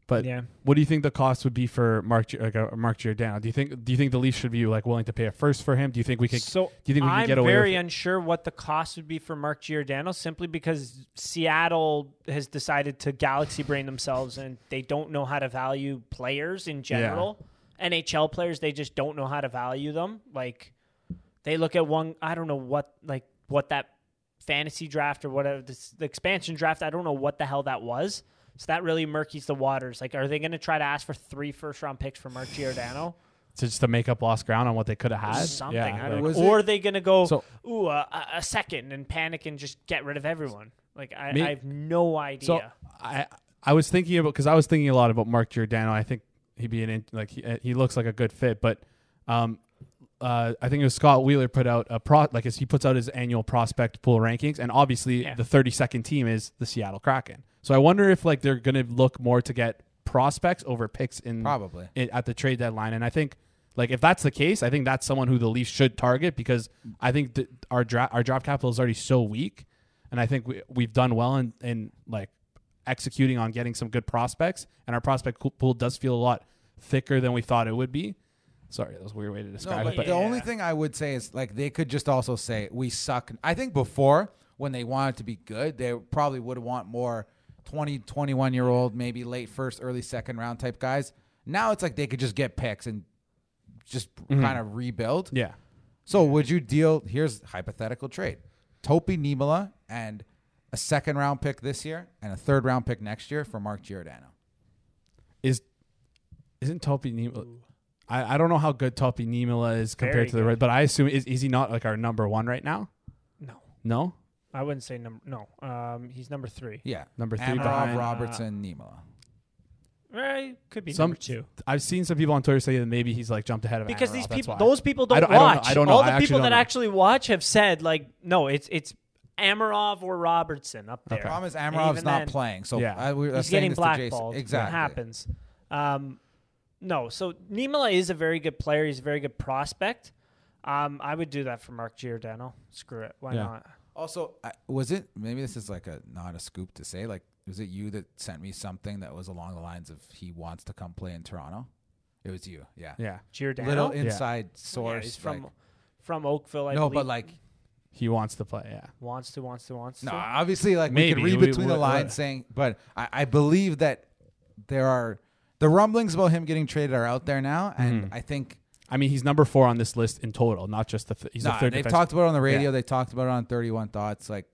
A: But
B: Yeah.
A: what do you think the cost would be for Mark Gi- like a Mark Giordano? Do you think do you think the Leafs should be like willing to pay a first for him? Do you think we could?
B: So
A: do you think we
B: I'm
A: could get away?
B: very
A: with it?
B: unsure what the cost would be for Mark Giordano simply because Seattle has decided to galaxy brain themselves and they don't know how to value players in general. NHL players, they just don't know how to value them. Like they look at one I don't know what like what that fantasy draft or whatever this, the expansion draft, I don't know what the hell that was. So that really murkies the waters. Like, are they going to try to ask for three first round picks for Mark Giordano?
A: to just to make up lost ground on what they could have had.
B: something.
A: Yeah,
B: I
A: like-
B: don't
C: Was
B: know. Or
C: it-
B: are they going to go,
A: So-
B: ooh, a- a, a second and panic and just get rid of everyone? Like, I,
A: May-
B: I have no idea.
A: So I I was thinking about because I was thinking a lot about Mark Giordano. I think he'd be an in, like he, uh, he looks like a good fit, but um, uh, I think it was Scott Wheeler put out a pro like his, he puts out his annual prospect pool rankings, and obviously
B: Yeah.
A: the 32nd team is the Seattle Kraken. So I wonder if like they're gonna look more to get prospects over picks in
C: Probably.
A: in, at the trade deadline, and I think. Like if that's the case, I think that's someone who the Leafs should target because I think that our draft our draft capital is already so weak, and I think we we've done well in in like executing on getting some good prospects, and our prospect coo- pool does feel a lot thicker than we thought it would be. Sorry, that was a weird way to describe
C: No,
A: it,
C: but
A: but
C: the only
B: Yeah.
C: thing I would say is like they could just also say we suck. I think before when they wanted to be good, they probably would want more 20, 21 year old, maybe late first, early second round type guys. Now it's like they could just get picks and just kind of rebuild.
A: yeah,
C: So would you deal? Here's hypothetical trade: Topi Nimala and a second round pick this year and a third round pick next year for Mark Giordano.
A: is isn't Topi Niemela? I, I don't know how good Topi Niemela is compared
B: Very
A: to the rest, but I assume is is he not like our number one right now?
B: no,
A: No,
B: I wouldn't say number. No, um, he's number three.
C: Yeah,
A: Number three
C: Amarov,
A: behind-
C: Robertson, Nimala.
B: Right? Eh, Could be
A: some
B: number two.
A: I've seen some people on Twitter say that maybe he's like jumped ahead of
B: Because
A: Amarov,
B: these
A: that's
B: people,
A: why.
B: those people
A: I don't-
B: don't,
A: I don't know.
B: watch.
A: I don't know.
B: All
A: I
B: the
A: actually
B: people
A: don't
B: that
A: know.
B: actually watch have said like, no, it's it's Amarov or Robertson up there.
A: Okay.
C: problem is
B: And
C: Amarov's
B: even
C: not
B: then,
C: playing, so
A: Yeah.
C: I, we were
B: He's getting
C: saying this to Jason.
B: blackballed.
C: Exactly,
B: It happens. Um, no, so Nimala is a very good player. He's a very good prospect. Um, I would do that for Mark Giordano. Screw it. Why
A: Yeah.
B: not?
C: Also, I, was it maybe this is like a not a scoop to say? Like, was it you that sent me something that was along the lines of he wants to come play in Toronto? It was you, yeah.
A: yeah,
B: Giordano.
C: Little
A: Yeah.
C: inside
B: Yeah,
C: source
B: he's from
C: like-
B: from Oakville. I
C: no,
B: believe.
C: but like
A: he wants to play. Yeah,
B: wants to, wants to, wants
C: no,
B: to.
C: obviously like
A: Maybe,
C: we could
A: we-
C: read between the
A: we-
C: lines
A: we-
C: saying, but I, I believe that there are the rumblings about him getting traded are out there now, and
A: Mm-hmm.
C: I think
A: I mean he's number four on this list in total, not just the th- he's
C: nah,
A: the third.
C: they've
A: defenseman.
C: talked about it on the radio,
A: Yeah.
C: they talked about it on Thirty One Thoughts, like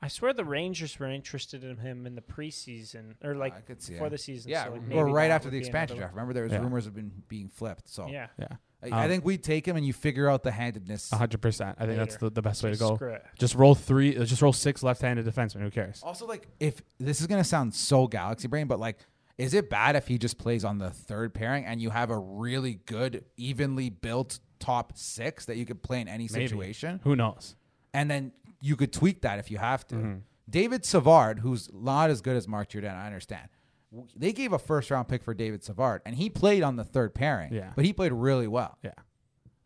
B: I swear the Rangers were interested in him in the preseason or like
C: I could see
B: before
C: it.
B: the season.
C: yeah,
B: so, like,
C: or
B: maybe
C: right
B: that
C: after
B: would
C: the
B: be
C: expansion
B: another-
C: draft. Remember, there was
A: Yeah.
C: rumors of been being flipped, so
B: Yeah,
A: yeah,
C: I,
A: Um,
C: I think we take him and you figure out the handedness.
A: hundred percent. I think that's
B: Later.
A: the, the best way to
B: Just
A: go.
B: Screw it.
A: Just roll three. uh, Just roll six left-handed defensemen. Who cares?
B: Oh.
C: Also, like if this is gonna sound so galaxy brain, but like, is it bad if he just plays on the third pairing and you have a really good, evenly built top six that you could play in any
A: Maybe.
C: situation,
A: Who knows?
C: and then you could tweak that if you have to.
A: Mm-hmm.
C: David Savard, who's not as good as Mark Jordan, I understand. w- They gave a first round pick for David Savard, and he played on the third pairing.
A: Yeah.
C: but he played really well.
A: Yeah,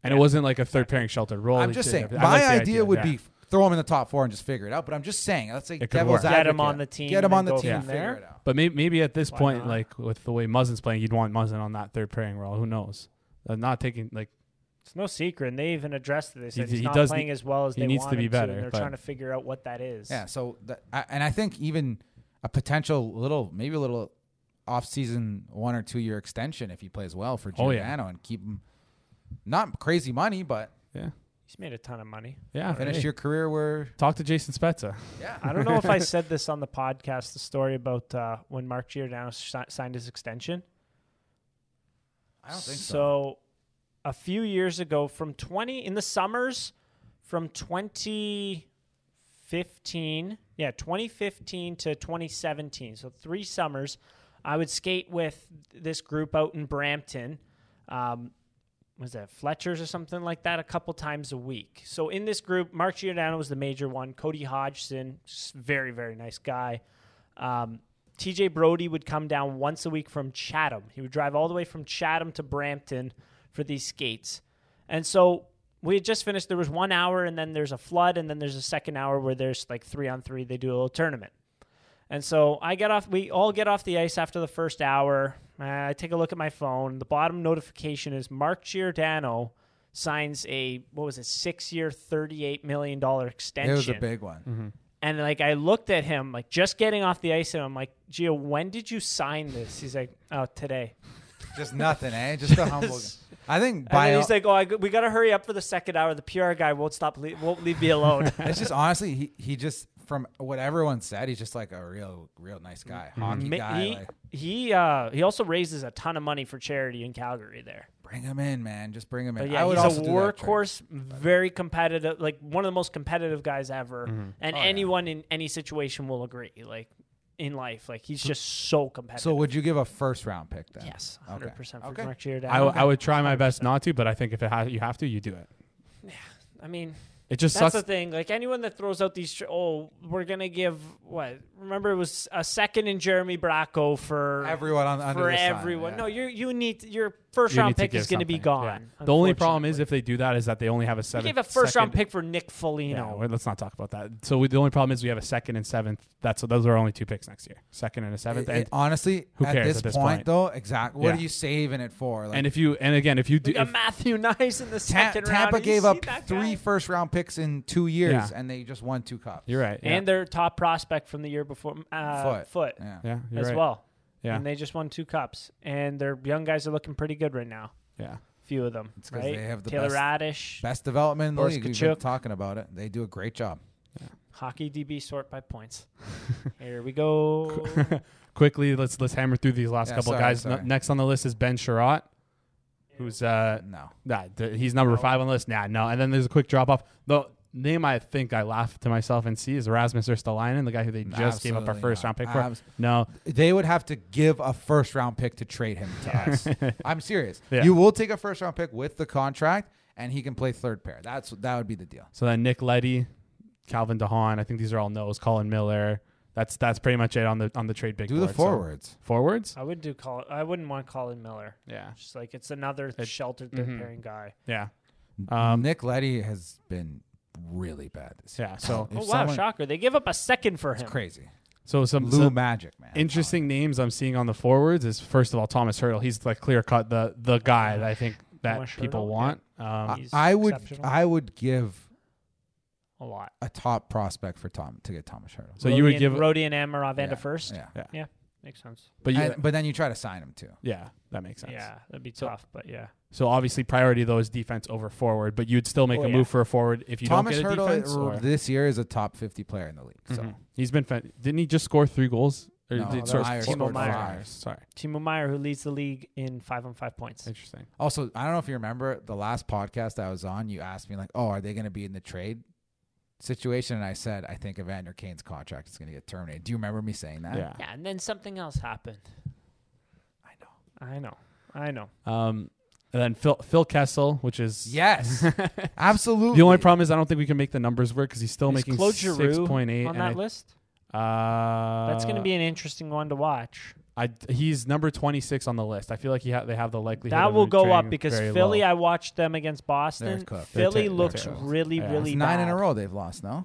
A: and it wasn't like a third pairing sheltered role.
C: I'm
A: He
C: just
A: did
C: saying,
A: everything. I
C: my
A: like the
C: idea would
A: yeah.
C: be throw him in the top four and just figure it out. But I'm just saying, let's say
A: could
C: devil's
A: work.
B: Get him
C: advocate.
B: on the team
C: Get him
B: and
C: on the
B: go
C: team
B: from
C: and figure
B: there.
C: it out.
A: But maybe, maybe at this
B: Why
A: point,
B: not?
A: like with the way Muzzin's playing, you'd want Muzzin on that third pairing role. Who knows? Uh, not taking like
B: It's no secret, and they even addressed it. They said
A: d-
B: he's
A: he
B: not
A: does
B: playing
A: need-
B: as well as
A: he
B: they
A: needs to
B: want
A: be
B: him
A: better,
B: To, and they're
A: but-
B: trying to figure out what that is.
C: Yeah. So, that, I, and I think even a potential little, maybe a little off-season one or two-year extension if he plays well for
A: Oh, yeah.
C: Giordano and keep him. Not crazy money, but
A: yeah,
B: he's made a ton of money.
A: yeah.
C: finish
A: hey,
C: your career where.
A: talk to Jason Spezza.
C: Yeah.
B: I don't know if I said this on the podcast. The story about uh, when Mark Giordano si- signed his extension.
C: I don't think so.
B: So, a few years ago, from 20 in the summers, from 2015, yeah, 2015 to 2017, so three summers, I would skate with this group out in Brampton. Um, was that Fletcher's or something like that? A couple times a week. So in this group, Mark Giordano was the major one. Cody Hodgson, s- very very nice guy. Um, TJ Brody would come down once a week from Chatham. He would drive all the way from Chatham to Brampton for these skates. And so we had just finished. There was one hour, and then there's a flood, and then there's a second hour where there's like three on three. They do a little tournament. And so I get off. We all get off the ice after the first hour. I take a look at my phone. The bottom notification is Mark Giordano signs a what was it six year, thirty eight million dollar
C: It
B: extension.
C: was a big one.
B: Mm-hmm. And like I looked at him, like just getting off the ice, and I'm like, Gio, when did you sign this? He's like, oh, today.
C: Just nothing, eh? Just a humble.
B: Just-
C: I think
B: And then
C: bio.
B: he's like, oh, I, we got to hurry up for the second hour. The PR guy won't stop, le- won't leave me alone.
C: it's just honestly, he, he just from what everyone said, he's just like a real, real nice guy, hockey
B: mm-hmm. Ma-
C: guy.
B: he
C: like,
B: he uh, he also raises a ton of money for charity in Calgary there.
C: bring him in, man. Just bring him in.
B: But yeah,
C: I would
B: he's
C: also
B: a
C: do that trick.
B: workhorse, very competitive, like one of the most competitive guys ever, and
C: Oh, yeah.
B: anyone in any situation will agree. Like in life, like he's just so competitive.
C: Hmm. So would you give a first round pick then?
B: yes,
C: Okay.
B: hundred percent for
C: Okay.
B: Mark Giordano.
A: I, w- I would try my best not to, but I think if it ha- you have to, you do it.
B: I mean,
A: It just
B: That's
A: sucks.
B: the thing. Like anyone that throws out these, tr- oh, we're gonna give what? Remember, it was a second in Jeremy Bracco for
C: Everyone on under
B: for
C: the sun,
B: everyone.
C: yeah.
B: No, you you need your first
A: You
B: round
A: need to
B: pick
A: give
B: is gonna be
A: something. Yeah.
B: gone.
A: The only problem is
B: unfortunately.
A: if they do that is that they only have a seven.
B: we gave a first round
A: second-
B: pick for Nick Foligno.
A: Yeah, well, let's not talk about that. So we, the only problem is we have a second and seventh. That's those are our only two picks next year. Second and a
C: It-
A: seventh.
C: it-
A: and
C: honestly,
A: who
C: at
A: cares
C: this,
A: at this
C: point,
A: point?
C: though, exactly. What
A: Yeah.
C: are you saving it for? Like,
A: and if you and again if you do
B: we got
A: if-
B: Matthew Nice in the
C: Ta-
B: second round.
C: Tampa
B: Did you
C: gave
B: see
C: up
B: that
C: three
B: guy?
C: first round picks in two years,
A: Yeah.
C: and they just won two cups.
A: you're right. Yeah.
B: and their top prospect from the year before, uh,
C: Foot.
B: Foot,
C: Yeah.
A: yeah, you're
B: as
A: right.
B: well.
A: Yeah,
B: And they just won two cups, and their young guys are looking pretty good right now.
A: yeah.
B: Few of them,
C: It's 'cause
B: right?
C: they have the
B: Taylor
C: best-
B: Radish,
C: Best development in the
B: Boris
C: league. We've been
B: Kachuk.
C: talking about it. They do a great job.
B: Hockey DB sort by points. Here we go.
A: Quickly, let's let's hammer through these last
C: Yeah,
A: couple
C: sorry,
A: guys.
C: sorry.
A: N- next on the list is Ben Sherratt, who's uh
C: No.
A: nah, th- he's number five on the list. Nah, no. And then there's a quick drop off. The name I think I laugh to myself and see is Erasmus Erstalainen, the guy who they just gave up our
C: Absolutely
A: first
C: not.
A: round pick for.
C: Abs-
A: no,
C: They would have to give a first round pick to trade him to us. I'm serious.
A: Yeah.
C: You will take a first round pick with the contract, and he can play third pair. That's that would be the deal.
A: So then Nick Letty, Calvin DeHaan. I think these are all no's. Colin Miller. That's that's pretty much it on the on the trade big
C: Do
A: board.
C: the
A: So-
C: forwards.
A: forwards.
B: I would do call. I wouldn't want Colin Miller.
A: Yeah,
B: Just like it's another sheltered third pairing guy.
A: yeah, um,
C: Nick Letty has been really bad this year.
A: yeah. So
C: If
B: oh wow,
C: someone-
B: shocker! They give up a second for him.
C: It's crazy.
A: so some,
C: Lou
A: some
C: Magic, man.
A: interesting names I'm seeing on the forwards is first of all Thomas Hurdle. He's like clear cut the the guy that I think that
B: Thomas
A: people
B: Hurdle,
A: want. Um,
C: I,
B: He's
C: I would
B: exceptional.
C: I would give
B: A lot.
C: a top prospect for Tom to get Thomas Hurdle.
A: so you would
B: Rodian-
A: give,
B: Rodian Amarov and
C: Yeah,
B: a first.
C: Yeah.
B: Makes sense.
A: but you,
C: And- but then you try to sign him too.
A: yeah, that makes sense.
B: Yeah, that'd be
A: So-
B: tough, but yeah.
A: So obviously priority though is defense over forward, but you'd still make
B: Oh,
A: a
B: yeah.
A: move for a forward if you
C: Thomas
A: don't get a
C: Hurdle
A: defense. or-
C: this year is a top 50 player in the league. So
A: Mhm. he's been fan- didn't he just score three goals? Or
C: No,
A: did
C: the
A: sort-
C: Myers
A: scored
B: scored
A: five.
C: five.
A: Sorry,
B: Timo Meyer, who leads the league in five on five points.
A: interesting.
C: also, I don't know if you remember the last podcast I was on, you asked me like, "Oh, are they going to be in the trade situation?" and I said, "I think Evander Kane's contract is going to get terminated." Do you remember me saying that?
A: Yeah.
B: Yeah, and then something else happened. I know. I know. I know.
A: Um, and then Phil Phil Kessel, which is
C: Yes. absolutely.
A: The only problem is I don't think we can make the numbers work because he's still
B: Is
A: making
B: Claude
A: six
B: Giroux
A: point eight. uh,
B: On that list, that's going to be an interesting one to watch.
A: I he's number 26 on the list. I feel like he ha- they have the likelihood
B: That
A: of
B: will
A: him
B: go up
A: trading
B: because
A: very
B: Philly.
A: low.
B: I watched them against Boston.
C: cooked. They're
B: Philly
A: ter- they're
B: looks
A: terrible.
B: really,
A: Yeah.
B: really
C: It's nine
B: bad.
C: in a row they've lost. No,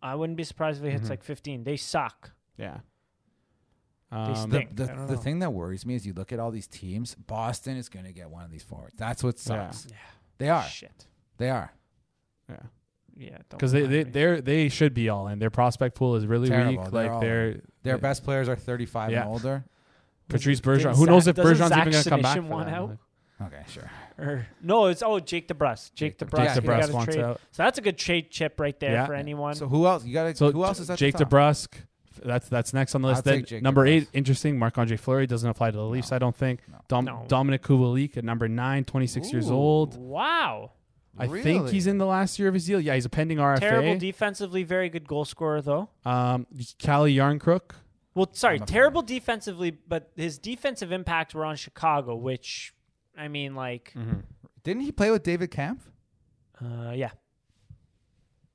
B: I wouldn't be surprised if it hits
A: Mhm.
B: like 15. They suck.
A: yeah.
B: still-
A: Um,
C: the
B: Think,
C: the,
B: I don't
C: the
B: know.
C: thing that worries me is you look at all these teams. Boston is going to get one of these forwards. That's what
A: Yeah.
C: sucks.
B: Yeah.
C: They are.
B: Shit.
C: They are.
A: yeah.
B: Yeah. don't
A: Because they
B: mind
A: they
B: me.
A: they're, they should be all in. Their prospect pool is really
C: Terrible.
A: weak.
C: They're
A: like
C: all
A: they're
C: Their
A: they-
C: best players are 35
A: Yeah.
C: and older.
A: Patrice
B: Didn't
A: Bergeron. Who knows
B: Zach-
A: if
B: doesn't
A: Bergeron's
B: Zach
A: even going to come back?
B: Sinishin
A: for
B: want
A: them?
B: out?
A: Like,
C: Okay, sure.
B: Or- no, it's oh Jake DeBrus. Jake DeBrus.
C: DeBrus.
A: er, Jake
B: they got
A: DeBrus
B: a
A: wants
B: trade.
A: out.
B: So that's a good trade chip right there
A: Yeah.
B: for anyone.
C: So who else? You got to.
A: So
C: who else is at
A: Jake
C: the top?
A: DeBrusk. That's that's next on the
C: I'll
A: list. Then
C: take Jake
A: number
C: DeBrusk.
A: eight, interesting. Marc Andre Fleury doesn't apply to the Leafs, I don't think.
C: No.
A: Dom-
B: No.
A: Dominic Kubalik at number nine, 26 years
C: Ooh.
A: old.
B: Wow.
A: I think he's in the last year of his deal. Yeah, he's a pending RFA.
B: Terrible defensively, very good goal scorer though.
A: Um, Callie Yarncrook.
B: Well, sorry,
C: I'm a fan.
B: terrible defensively, but his defensive impacts were on Chicago, which I mean, like,
C: Didn't he play with David Camp?
A: Mm.
B: uh, yeah,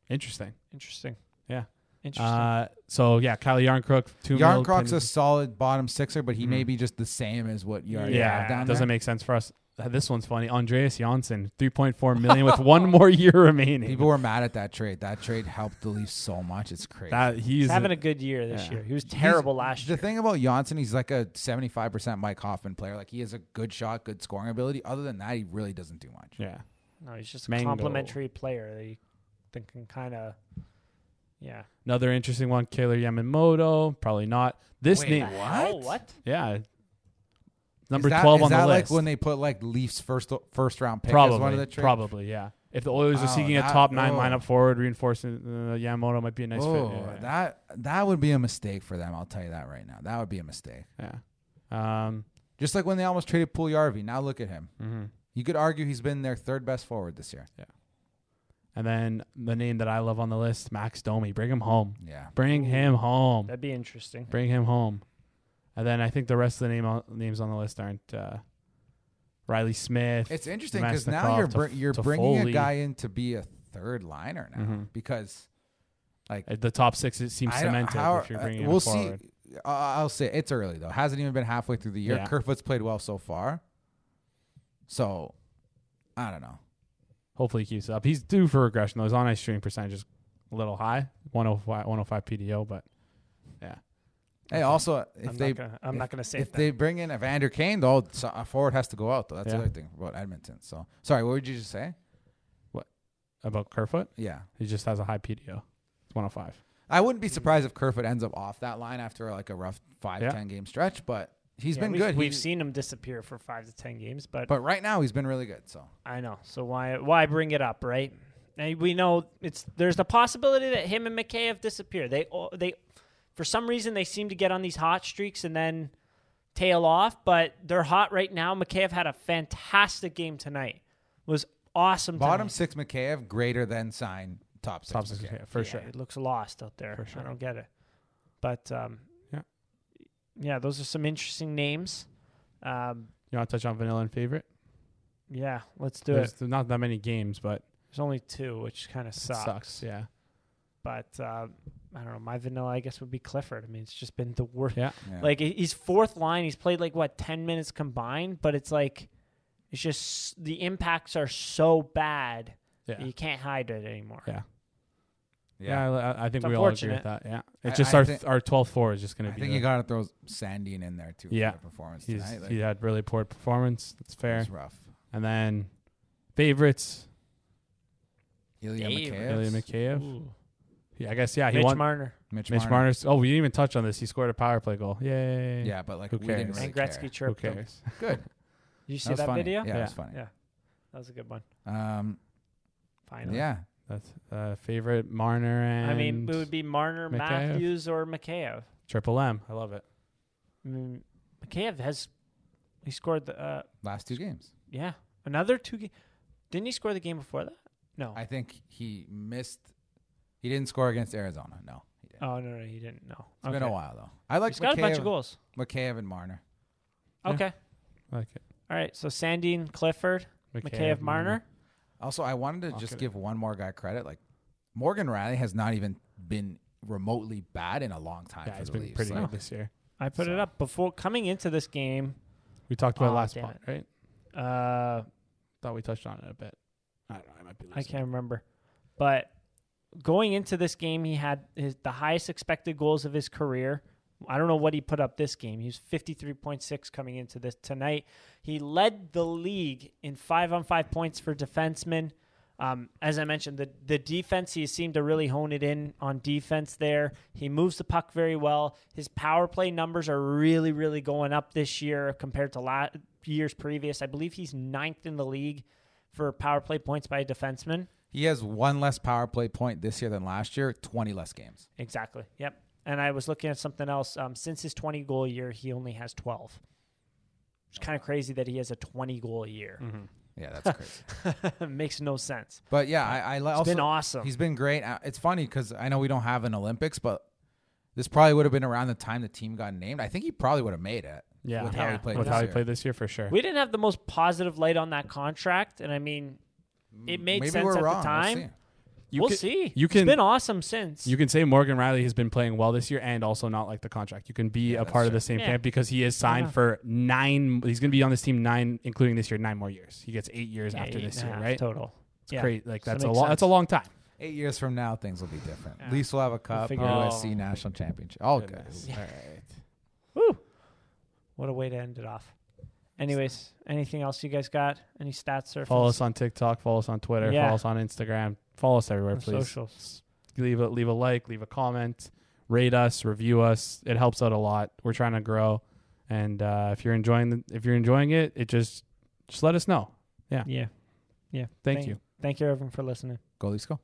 A: Interesting.
B: interesting.
A: Yeah.
B: interesting.
A: Uh, so yeah, Callie Yarncrook. Two mil
C: Yarncrock's
A: pending-
C: a solid bottom sixer, but he may
A: Mhm.
C: be just the same as what you already
A: yeah.
C: have down
A: doesn't
C: there.
A: make sense for us. Uh, This one's funny. Andreas Janssen, 3.4 million with one more year remaining.
C: People were mad at that trade. That trade helped the Leafs so much. It's crazy.
A: that he's
B: he's having a good year this
A: yeah.
B: year. He was
C: He's-
B: terrible last year.
C: The thing about Janssen, he's like a 75% Mike Hoffman player. Like he has a good shot, good scoring ability. Other than that, he really doesn't do much.
A: yeah.
B: no, he's just a
A: Mango.
B: complimentary player that, you, that can kind of, yeah.
A: Another interesting one, Kaylor Yamamoto. Probably not. This
C: Wait,
A: name,
C: What?
B: Oh, what?
A: yeah, number
C: Is that-
A: twelve
C: is
A: on the
C: that
A: list.
C: like when they put like Leafs first first round pick
A: probably,
C: as one of the trades?
A: probably, yeah. If the Oilers are
C: Wow,
A: seeking a
C: that-
A: top nine
C: oh.
A: lineup forward, reinforcing uh, Yamamoto might be a nice
C: oh,
A: fit. Yeah,
C: that that would be a mistake for them. I'll tell you that right now. That would be a mistake.
A: yeah. yeah. Um,
C: Just like when they almost traded Puljujärvi. Now look at him.
A: mhm.
C: You could argue he's been their third best forward this year.
A: And then the name that I love on the list, Max Domi. Bring him home.
C: Yeah.
A: Bring
B: Ooh.
A: him home.
B: That'd be interesting.
A: Bring him home. And then I think the rest of the name on, names on the list aren't uh, Riley Smith.
C: It's interesting because now
A: Nemesnikov
C: you're
A: to-
C: br- you're
A: to
C: bringing
A: Foley.
C: a guy in to be a third liner now
A: Mhm.
C: because like
A: Uh, the top six. It seems
C: I don't-
A: cemented.
C: how-
A: if you're
C: uh,
A: bringing him
C: we'll
A: forward.
C: see. I- I'll say it's early though. Hasn't even been halfway through the year.
A: Yeah.
C: Kerfoot's played well so far, so I don't know.
A: Hopefully he keeps it up. He's due for regression though. His on ice shooting percentage is a little high, 105, 105 PDO, but yeah.
C: Hey, also if
B: I'm
C: they
B: not gonna, I'm not gonna say
C: if
B: that.
C: they bring in Evander Kane though, so a forward has to go out though. That's
A: Yeah.
C: the other thing about Edmonton. So sorry, what would you just say?
A: About Kerfoot,
C: Yeah,
A: he just has a high PDO. It's 105.
C: I wouldn't be surprised if Kerfoot ends up off that line after like a rough five
A: Mm-hmm. Yeah.
C: ten game stretch, but he's
B: Yeah,
C: been
B: we've,
C: good.
B: We've
C: He-
B: seen him disappear for five to ten games, but,
C: But right now he's been really good. So
B: I know. So why why bring it up, right? And we know it's there's the possibility that him and McKay have disappeared. They o- they for some reason they seem to get on these hot streaks and then tail off, but they're hot right now. McKay had a fantastic game tonight. Was awesome.
C: bottom
B: tonight.
C: six McKayev greater than sign top six.
A: Top six,
C: McKayev.
A: yeah, for
B: Yeah,
A: sure.
B: It looks lost out there.
A: For sure.
B: I don't get it. But um,
A: Yeah.
B: yeah, those are some interesting names. Um,
A: You want to touch on vanilla and favorite?
B: yeah, let's do
A: There's
B: it.
A: not that many games, but
B: There's only two, which kind of
A: it sucks. Yeah.
B: but uh, I don't know. My vanilla, I guess, would be Clifford. I mean, it's just been the worst.
A: Yeah.
C: Yeah.
B: Like he- he's fourth line. He's played like what ten minutes combined, but it's like it's just the impacts are so bad
A: Yeah.
B: that you can't hide it anymore.
A: Yeah.
C: yeah.
A: Yeah. I, I think we all agree with
B: unfortunate.
A: that. Yeah.
C: I-
A: It's just
C: I
A: our,
C: thi-
A: our 12th four is just going
C: I
A: to be.
C: think
A: the-
C: you got to throw Sandine in there too. for
A: Yeah.
C: the performance
A: he's,
C: tonight. Like,
A: he had really poor performance. That's
C: it
A: fair.
C: was rough.
A: And then favorites,
C: Ilya
B: Dave.
C: Mikheyev,
A: Ilya Mikheyev.
B: Ooh.
A: Yeah, I guess, yeah. He
B: Mitch
A: won.
B: Marner
C: Mitch,
A: Mitch
C: Marner.
A: Marner's. Oh, we didn't even touch on this. He scored a power play goal. Yay.
C: Yeah, but like
A: Who
C: we didn't
A: cares?
C: really
B: and Gretzky
C: care.
A: Who
B: chirped him.
A: cares?
C: Good.
B: Did you
C: That
B: see
C: was
B: that,
C: funny.
B: video?
C: Yeah, it was
A: Yeah.
C: funny.
B: Yeah. That was a good one.
C: Um,
B: Finally.
C: yeah.
A: That's uh, favorite Marner and
B: I mean, it would be Marner,
A: Mikheyev.
B: Matthews, or Mikheyev.
A: Triple M. I love it.
B: I mean, Mikheyev has he scored the uh,
C: Last two games,
B: yeah another two. Ga- Didn't he score the game before that? No.
C: I think he missed. He didn't score against Arizona. No, he didn't.
B: Oh no, no, he didn't. No,
C: It's been a while though. I like
B: He's got a bunch of
C: Mikheyev,
B: goals.
C: Mikheyev and Marner.
A: Yeah.
B: Okay,
A: I like it.
B: all right. So Sandine, Clifford, McKay of Marner.
C: Also, I wanted to
A: I'll
C: just
A: get it.
C: give one more guy credit. Like Morgan Riley has not even been remotely bad in a long time
A: Yeah,
C: for
A: it's
C: the
A: been
C: Leafs.
A: pretty
C: Like,
A: good this year.
B: I put it
C: So.
B: up before coming into this game.
A: We talked about it
B: Aw,
A: last
B: Oh, damn
A: part, right?
B: Uh,
A: Thought we touched on it a bit. I don't know. I might be losing.
B: I can't remember, but going into this game, he had his, the highest expected goals of his career. I don't know what he put up this game. He was fifty three point six coming into this tonight. He led the league in five on five points for defensemen. Um, as I mentioned, the the defense he seemed to really hone it in on defense there. He moves the puck very well. His power play numbers are really really going up this year compared to la- years previous. I believe he's ninth in the league for power play points by a defenseman.
C: He has one less power play point this year than last year, 20 less games.
B: Exactly. Yep. And I was looking at something else. Um, since his 20 goal year, he only has 12. It's kind of crazy that he has a 20 goal year.
C: Yeah, that's crazy.
B: Makes no sense.
C: But yeah, I, I li-
B: It's
C: also
B: been awesome.
C: he's been great. Uh, It's funny because I know we don't have an Olympics, but this probably would have been around the time the team got named. I think he probably would have made it.
A: Yeah.
C: with how
B: Yeah.
C: he played.
A: With
C: this
A: Oh, how he
C: year.
A: played this year, for sure.
B: we didn't have the most positive light on that contract, and I mean, it made
C: Maybe
B: sense
C: we're
B: at
C: wrong.
B: the
C: We'll
B: time.
C: see.
A: You
B: we'll
A: can-
B: see.
A: you
B: it's
A: can-
B: been awesome since.
A: You can say Morgan Riley has been playing well this year and also not like the contract. You can be a
C: that's
A: part of
C: true.
A: the same
B: Yeah.
A: camp because he is signed
B: Yeah.
A: for nine. He's going to be on this team nine, including this year, nine more years. He gets eight years
B: Yeah,
A: after
B: eight
A: this
B: and a
A: year,
B: half
A: right?
B: Total.
A: It's
B: yeah.
A: great. Like
B: So
A: that's
B: it
A: a
B: makes
A: long. That's a
B: sense.
A: long time.
C: Eight years from now, things will be different.
B: Yeah.
C: Leafs will have a cup,
B: figure it
C: USC
B: out.
C: national championship. All good.
A: Goodness.
B: Yeah.
C: All right.
B: Woo. What a way to end it off. Anyways, anything else you guys got? Any stats or
A: Follow us on TikTok. Follow us on Twitter.
B: Yeah.
A: Follow us on Instagram. Follow us everywhere, please.
B: socials?
A: Leave a leave a like. Leave a comment. Rate us. Review us. It helps out a lot. We're trying to grow, and uh, if you're enjoying the, if you're enjoying it, it just just let us know.
B: Yeah. Yeah.
A: Thank you.
B: Thank you, everyone, for listening.
C: Go Leafs, go.